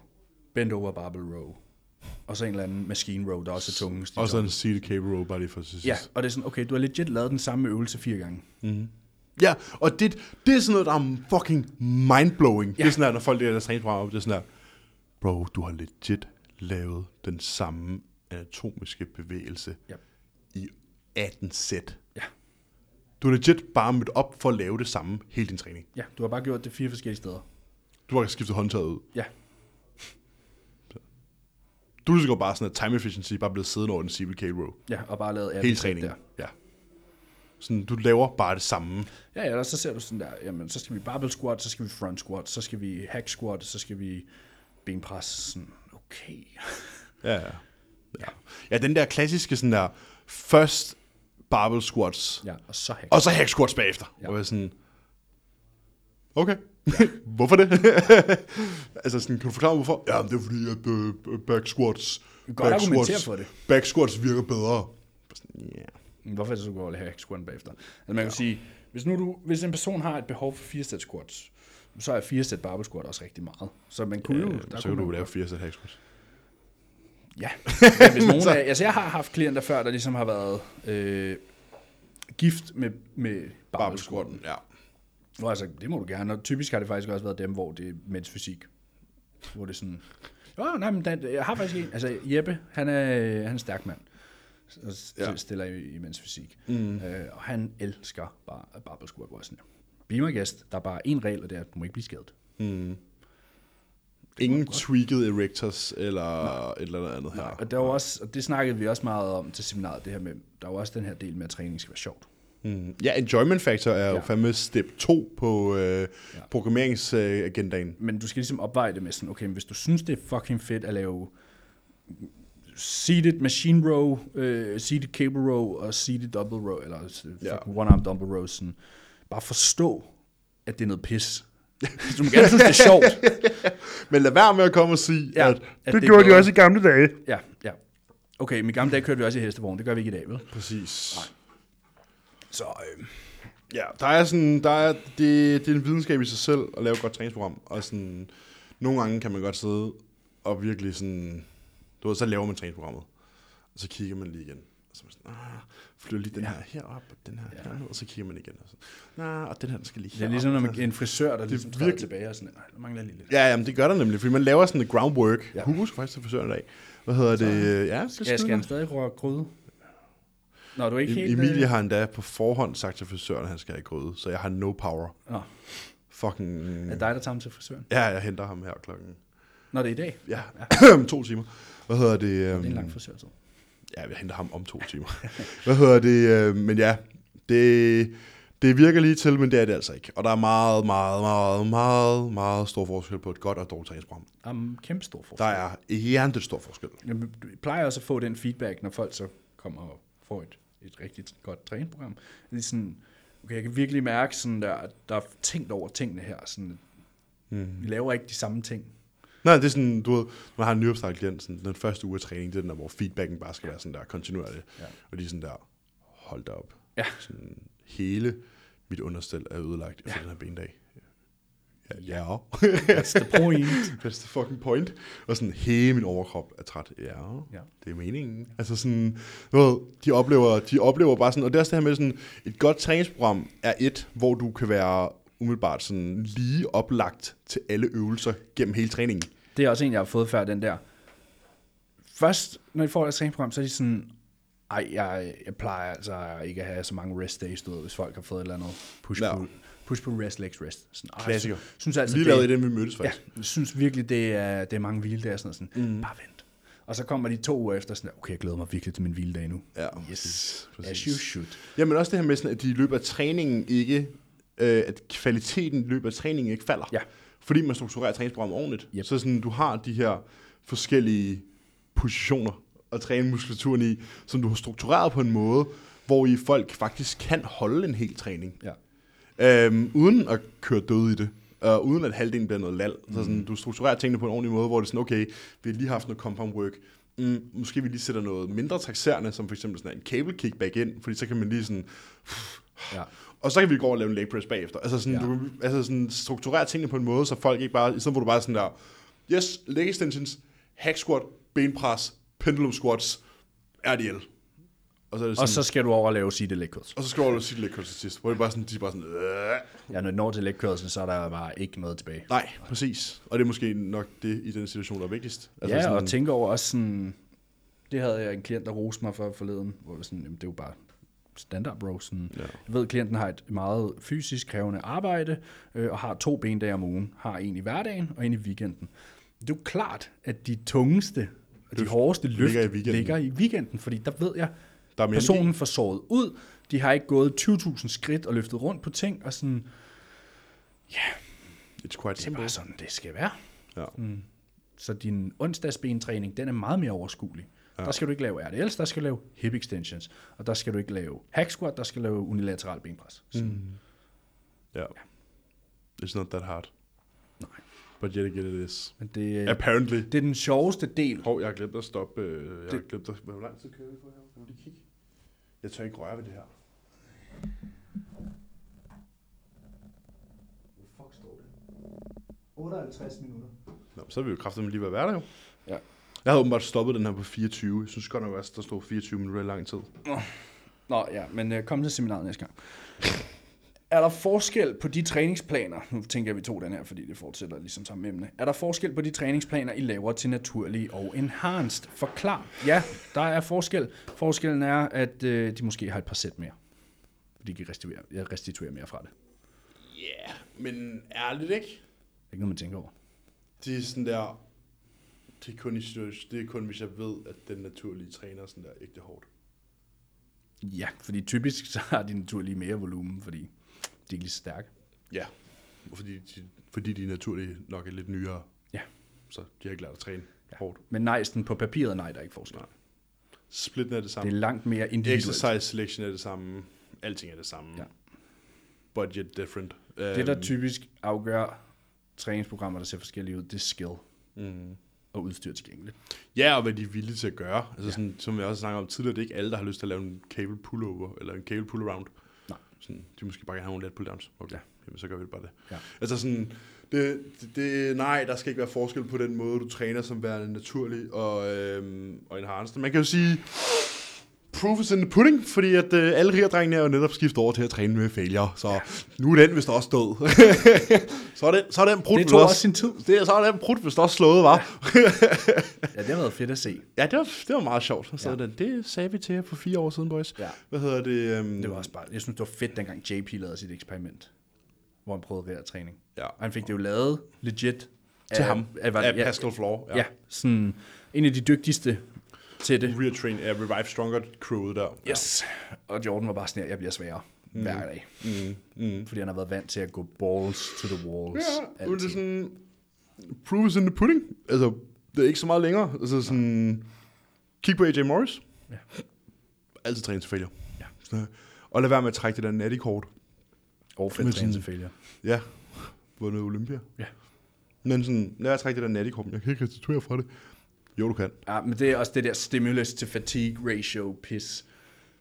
bend over barbell row, og så en eller anden machine row, der også er tunge.
Og så en seated cable row, bare lige for sidst.
Ja, og det er sådan, okay, du har legit lavet den samme øvelse fire gange.
ja. og det, det er sådan noget, der er fucking mindblowing. Ja. Det er sådan her, når folk lærer deres træningsprogram op, det er sådan her, bro, du har legit lavet den samme anatomiske bevægelse
Ja.
i 18 sæt.
Ja.
Du er legit bare mødt op for at lave det samme hele din træning.
Ja, du har bare gjort det fire forskellige steder.
Du har skiftet håndtaget ud.
Ja,
Du er godt bare sådan, at time efficiency bare blevet siddende over den Sibyl K. Row.
ja og bare lavet 18
Hele
sæt
træningen. Ja. Sådan, du laver bare det samme.
Ja, ja, og så ser du sådan der, jamen, så skal vi barbell squat, så skal vi front squat, så skal vi hack squat, så skal vi benpres. Sådan, okay.
Ja, ja. ja. Ja, den der klassiske sådan der, først barbell squats, ja.
Ja, og så hack.
og så hack squats bagefter. Ja.
Ja.
Og jeg er sådan, okay, hvorfor det? altså sådan, kan du forklare mig hvorfor? Ja, men det er fordi, at øh, back squats,
kan godt
back
argumentere
squats,
for det.
back squats virker bedre. Sådan, Ja.
Men Hvorfor er det så godt at have hack squat bagefter? Altså, man kan sige, hvis, nu du, hvis en person har et behov for fire sæt squats, så er fire sæt barbell squat også rigtig meget. Så man kunne jo...
Øh, så kan
kunne
du
man-
lave fire sæt hack squats.
Ja. Men hvis nogen af, altså, jeg har haft klienter før, der ligesom har været øh, gift med, med barbell
Barbell
squat.
squatten, ja.
Nå, altså, det må du gerne. Og typisk har det faktisk også været dem, hvor det er mænds fysik. Hvor det er sådan... Åh, oh, nej, men den, jeg har faktisk en... Altså, Jeppe, han er, han er en stærk mand. Og s-
Ja.
stiller i, i mænds fysik. Mm. Øh, og han elsker bare barbell squat, hvor jeg er sådan... Be my guest. Der er bare en regel, og det er, at du må ikke blive skadet.
Ingen tweaked erectors eller et eller andet her.
Og, der var også, og det snakkede vi også meget om til seminaret, det her med, der er jo også den her del med, at træning skal være sjovt.
Mm. Ja, enjoyment factor er jo
Ja.
fandme step 2 på øh, programmeringsagendaen.
men du skal ligesom opveje det med sådan, okay, men hvis du synes, det er fucking fedt at lave seated machine row, øh, seated cable row og seated double row, eller
Ja.
ja. one arm double row, sådan, bare forstå, at det er noget pis. du må gerne synes, det er sjovt.
Men lad være med at komme og sige, ja,
Ja,
at,
at
det,
det
gjorde de
gjorde-
også i gamle dage.
Ja, ja. Okay, men i gamle dage kørte vi også i hestevogn, det gør vi ikke i dag, vel?
Præcis.
Så, øh,
Ja, der er sådan, der er, det, det er en videnskab i sig selv at lave et godt træningsprogram. Og sådan, nogle gange kan man godt sidde og virkelig sådan, du ved, så laver man træningsprogrammet. Og så kigger man lige igen. Og Så man sådan, ah, flytter lige den
Ja.
her herop, og den her
Ja.
ja. herned, og så kigger man igen. Og, sådan, nah, og den her, den skal lige
Det er ligesom, når man, en frisør, der
er
ligesom træder
virkelig-
tilbage og sådan, nej, der mangler lige lidt.
Ja, jamen, det gør der nemlig, fordi man laver sådan et groundwork.
Ja.
Ja. Hugo skal faktisk til frisøren i dag. Hvad hedder
Så-
så, det? Ja, det
Skal, skal han stadig røre gryde? Nå, du er ikke
Em-
helt... øh,
Emilie har endda på forhånd sagt til frisøren, at han skal have gryde, så jeg har no power.
Øh... Nå,
Fucking...
er det dig, der tager ham til frisøren?
Ja, jeg henter ham her klokken...
Nå, det er i dag.
Ja, om to timer. Hvad hedder det?
Det er en
øhm,
lang frisørtid.
Ja, jeg henter ham om to timer. Hvad hedder det? øh, Men ja, det, det virker lige til, men det er det altså ikke. Og der er meget, meget, meget, meget, meget stor forskel på et godt og et dårligt træningsprogram.
Der er en kæmpe stor forskel.
Der er hjertet stor forskel.
Jamen, du plejer også at få den feedback, når folk så kommer og får et, et rigtig godt træningsprogram. Det er sådan, okay, jeg kan virkelig mærke, sådan der, at der er tænkt over tingene her. Sådan, mm. Vi laver ikke de samme ting.
Nej, det er sådan, du ved, man har en nyopstartet klient, sådan, den første uge af træning, det er den der, hvor feedbacken bare skal være sådan der kontinuerligt.
Ja.
Ja. Og de er sådan der, hold da op.
Ja.
Sådan, hele mit understel er ødelagt efter ja. den her bendag. Ja, ja.
That's the point.
That's the fucking point. Og sådan, hele min overkrop er træt. Ja,
Ja.
ja. det er meningen. Altså sådan, du ved, de oplever, de oplever bare sådan, og det er også det her med sådan, et godt træningsprogram er et, hvor du kan være umiddelbart sådan lige oplagt til alle øvelser gennem hele træningen.
Det er også en, jeg har fået før, den der. Først, når de får deres træningsprogram, så er de sådan, ej, jeg, jeg plejer altså ikke at have så mange rest days, du ved, hvis folk har fået et eller andet push
Ja.
pull, push pull rest, legs rest. Sådan, "Ej,
Klassiker.
Synes, synes altså,
Altså, vi
det,
lavede det, inden vi mødtes
Ja,
faktisk.
jeg synes virkelig, det er, det er mange hviledage og sådan noget. Sådan, mm. Bare vent. Og så kommer de to uger efter sådan, okay, jeg glæder mig virkelig til min hviledag nu. yes,
præcis.
as you should.
Ja. Jamen også det her med, sådan, at de i løbet af træningen ikke, øh, at kvaliteten i løbet af træningen ikke falder.
Ja.
Fordi man strukturerer træningsprogrammet ordentligt.
Yep.
Så sådan, du har de her forskellige positioner at træne muskulaturen i, som du har struktureret på en måde, hvor I folk faktisk kan holde en hel træning.
Ja.
Øhm, uden at køre død i det. Og uden at halvdelen bliver noget lal. Mm. Så sådan, du strukturerer tingene på en ordentlig måde, hvor det er sådan, okay, vi har lige haft noget compound work. Mm, måske vi lige sætter noget mindre taxerende, som for eksempel sådan en cable kick back ind, fordi så kan man lige sådan,
ja.
og så kan vi gå over og lave en leg press bagefter. Altså sådan,
Ja.
ja. du, kan- altså sådan strukturere tingene på en måde, så folk ikke bare, i stedet for du bare er sådan der, yes, leg extensions, hack squat, benpres, pendulum squats, RDL. Og så er det sådan,
Og så skal du over og lave sit leg curls.
og så skal du over og sige leg curls til sidst, hvor det bare sådan, de er bare sådan, øh,
Ja, når du når til leg curlsen, så er der bare ikke noget tilbage.
Nej, præcis. Og det er måske nok det i den situation, der er vigtigst.
Altså ja, sådan... og tænke over også sådan, det havde jeg en klient, der roste mig for forleden, hvor jeg var sådan, jamen, det er jo bare standard, bro. Sådan, ja.
Ja.
Jeg ved, klienten har et meget fysisk krævende arbejde, øh, og har to benedage om ugen. Har en i hverdagen og en i weekenden. Det er jo klart, at de tungeste og de
Løft
hårdeste løft
ligger i
ligger i,
weekenden.
ligger i weekenden, fordi der ved jeg,
Der er mere
personen får såret ud, de har ikke gået 20.000 skridt og løftet rundt på ting, og sådan, det
It's quite
Mm. er
simple.
bare sådan, det skal være.
Ja.
Så din onsdagsbentræning, den er meget mere overskuelig. Ja. Der skal du ikke lave RDLs, der skal du lave hip extensions, og der skal du ikke lave hack squat, der skal du lave unilateral benpres. Så, mm.
ja. It's not that hard.
Nej.
But yet again it is.
Men det, ja.
Apparently.
det er den sjoveste del.
Hov, jeg har glemt at stoppe. øh, Jeg har glemt at... Hvor lang tid kører vi på her? Kan du lige kigge? Jeg tør ikke røre ved det her.
Hvor fuck står det? 58 minutter.
Nå, så er vi jo kraftigt lige ved at være der jo.
Ja.
Jeg havde åbenbart stoppet den her på 24. Jeg synes godt nok også, der stod 24 minutter i lang tid.
Nå ja, men øh, kom til seminaret næste gang. Er der forskel på de træningsplaner, nu tænker jeg, at vi tog den her, fordi det fortsætter ligesom samme emne. Er der forskel på de træningsplaner, I laver til naturlige og enhanced? Forklar. Ja, der er forskel. Forskellen er, at øh, de måske har et par sæt mere. Fordi de kan restituere, ja, restituere mere fra det. Det
Ja, yeah, men ærligt ikke?
er ikke noget, man tænker over.
Det er sådan der... Det er, kun i, situa- det er kun, hvis jeg ved, at den naturlige træner sådan der ægte hårdt.
Ja, fordi typisk så har de naturlige mere volumen, fordi de er ikke lige så stærke.
Ja, fordi de, fordi de naturligt nok er lidt nyere,
Ja.
så de har ikke lært at træne ja. hårdt.
Men nej, sådan på papiret, nej, der er ikke forskel.
Nej. Splitten er det
Det
samme.
er langt mere individuelt.
Exercise selection er det samme. Alting er det samme.
Ja.
Budget different. Øhm,
Det, der typisk afgør træningsprogrammer, der ser forskellige ud, det er skill
mm.
og udstyr tilgængeligt.
Ja, og hvad de er villige til at gøre. Altså ja. sådan, som jeg også snakkede om tidligere, det er ikke alle, der har lyst til at lave en cable pullover, eller en cable pull around.
Nej.
Sådan, de måske bare kan have nogle let pulldowns. Okay,
Ja.
ja. jamen, så gør vi det bare det.
Ja.
Altså sådan, det, det, det, nej, der skal ikke være forskel på den måde, du træner som værende naturlig og, øhm, og enhanced. Man kan jo sige, proof is in the pudding, fordi at øh, alle rigerdrengene er jo netop skiftet over til at træne med failure, så nu er den vist også død. så er den, så er den brud,
Det
vist
tog også sin tid.
Det, er- så er den brud, hvis også slået, var.
Ja, det har været fedt at se.
Ja, det var, det var meget sjovt. Så
Ja.
ja. den, det sagde vi til jer for fire år siden, boys.
Ja.
Hvad hedder det? Øhm,
Det var også bare, jeg synes, det var fedt, dengang JP lavede sit eksperiment, hvor han prøvede riddertræning.
Ja.
Og han fik det jo lavet legit.
til
af-
ham.
Af,
af
ja,
Pascal Floor.
ja. ja, sådan en af de dygtigste til det.
Retrain af Revive Stronger crewet der.
Yes. Og Jordan var bare sådan her, jeg bliver sværere mm. hver dag. Mm. Mm. Fordi han har været vant til at gå balls to the walls.
Ja, men det er
altid.
sådan, proof is in the pudding. Altså, det er ikke så meget længere. Altså sådan, kig på AJ Morris.
Ja.
Altid træne til failure.
Ja.
Så, og lad være med at trække det der nattikort.
Og
Men
fedt
sådan-
træning selvfølgelig.
Ja, vundet Olympia.
Ja.
Men sådan, lad være at trække det der nattikort, men jeg kan ikke restituere fra det. Jo, du kan.
Ja, men det er også det der stimulus til fatigue ratio pis.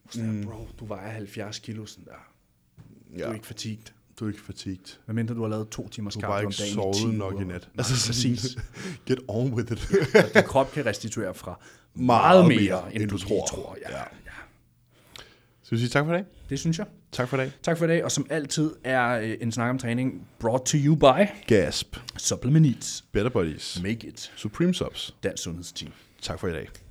Sådan mm. bro, du vejer 70 kilo sådan der. Ja. Du er ikke fatigued.
du er ikke fatigt.
Hvad mindre du har lavet to timers
Du
cardio
har bare
om
ikke
dagen
sovet
10
nok i
uger.
nat.
Altså, præcis.
Get on with it.
At din krop kan restituere fra meget mere, end du tror. tror. Ja. Ja.
Ja. Skal vi sige tak for i dag?
Det synes jeg.
Tak for i dag.
Tak for i dag, og som altid er øh, en snak om træning brought to you by
Gasp.
Supplement Needs.
Better Bodies.
Make it.
Supreme Subs.
Dansk Sundhedsteam.
Tak for i dag.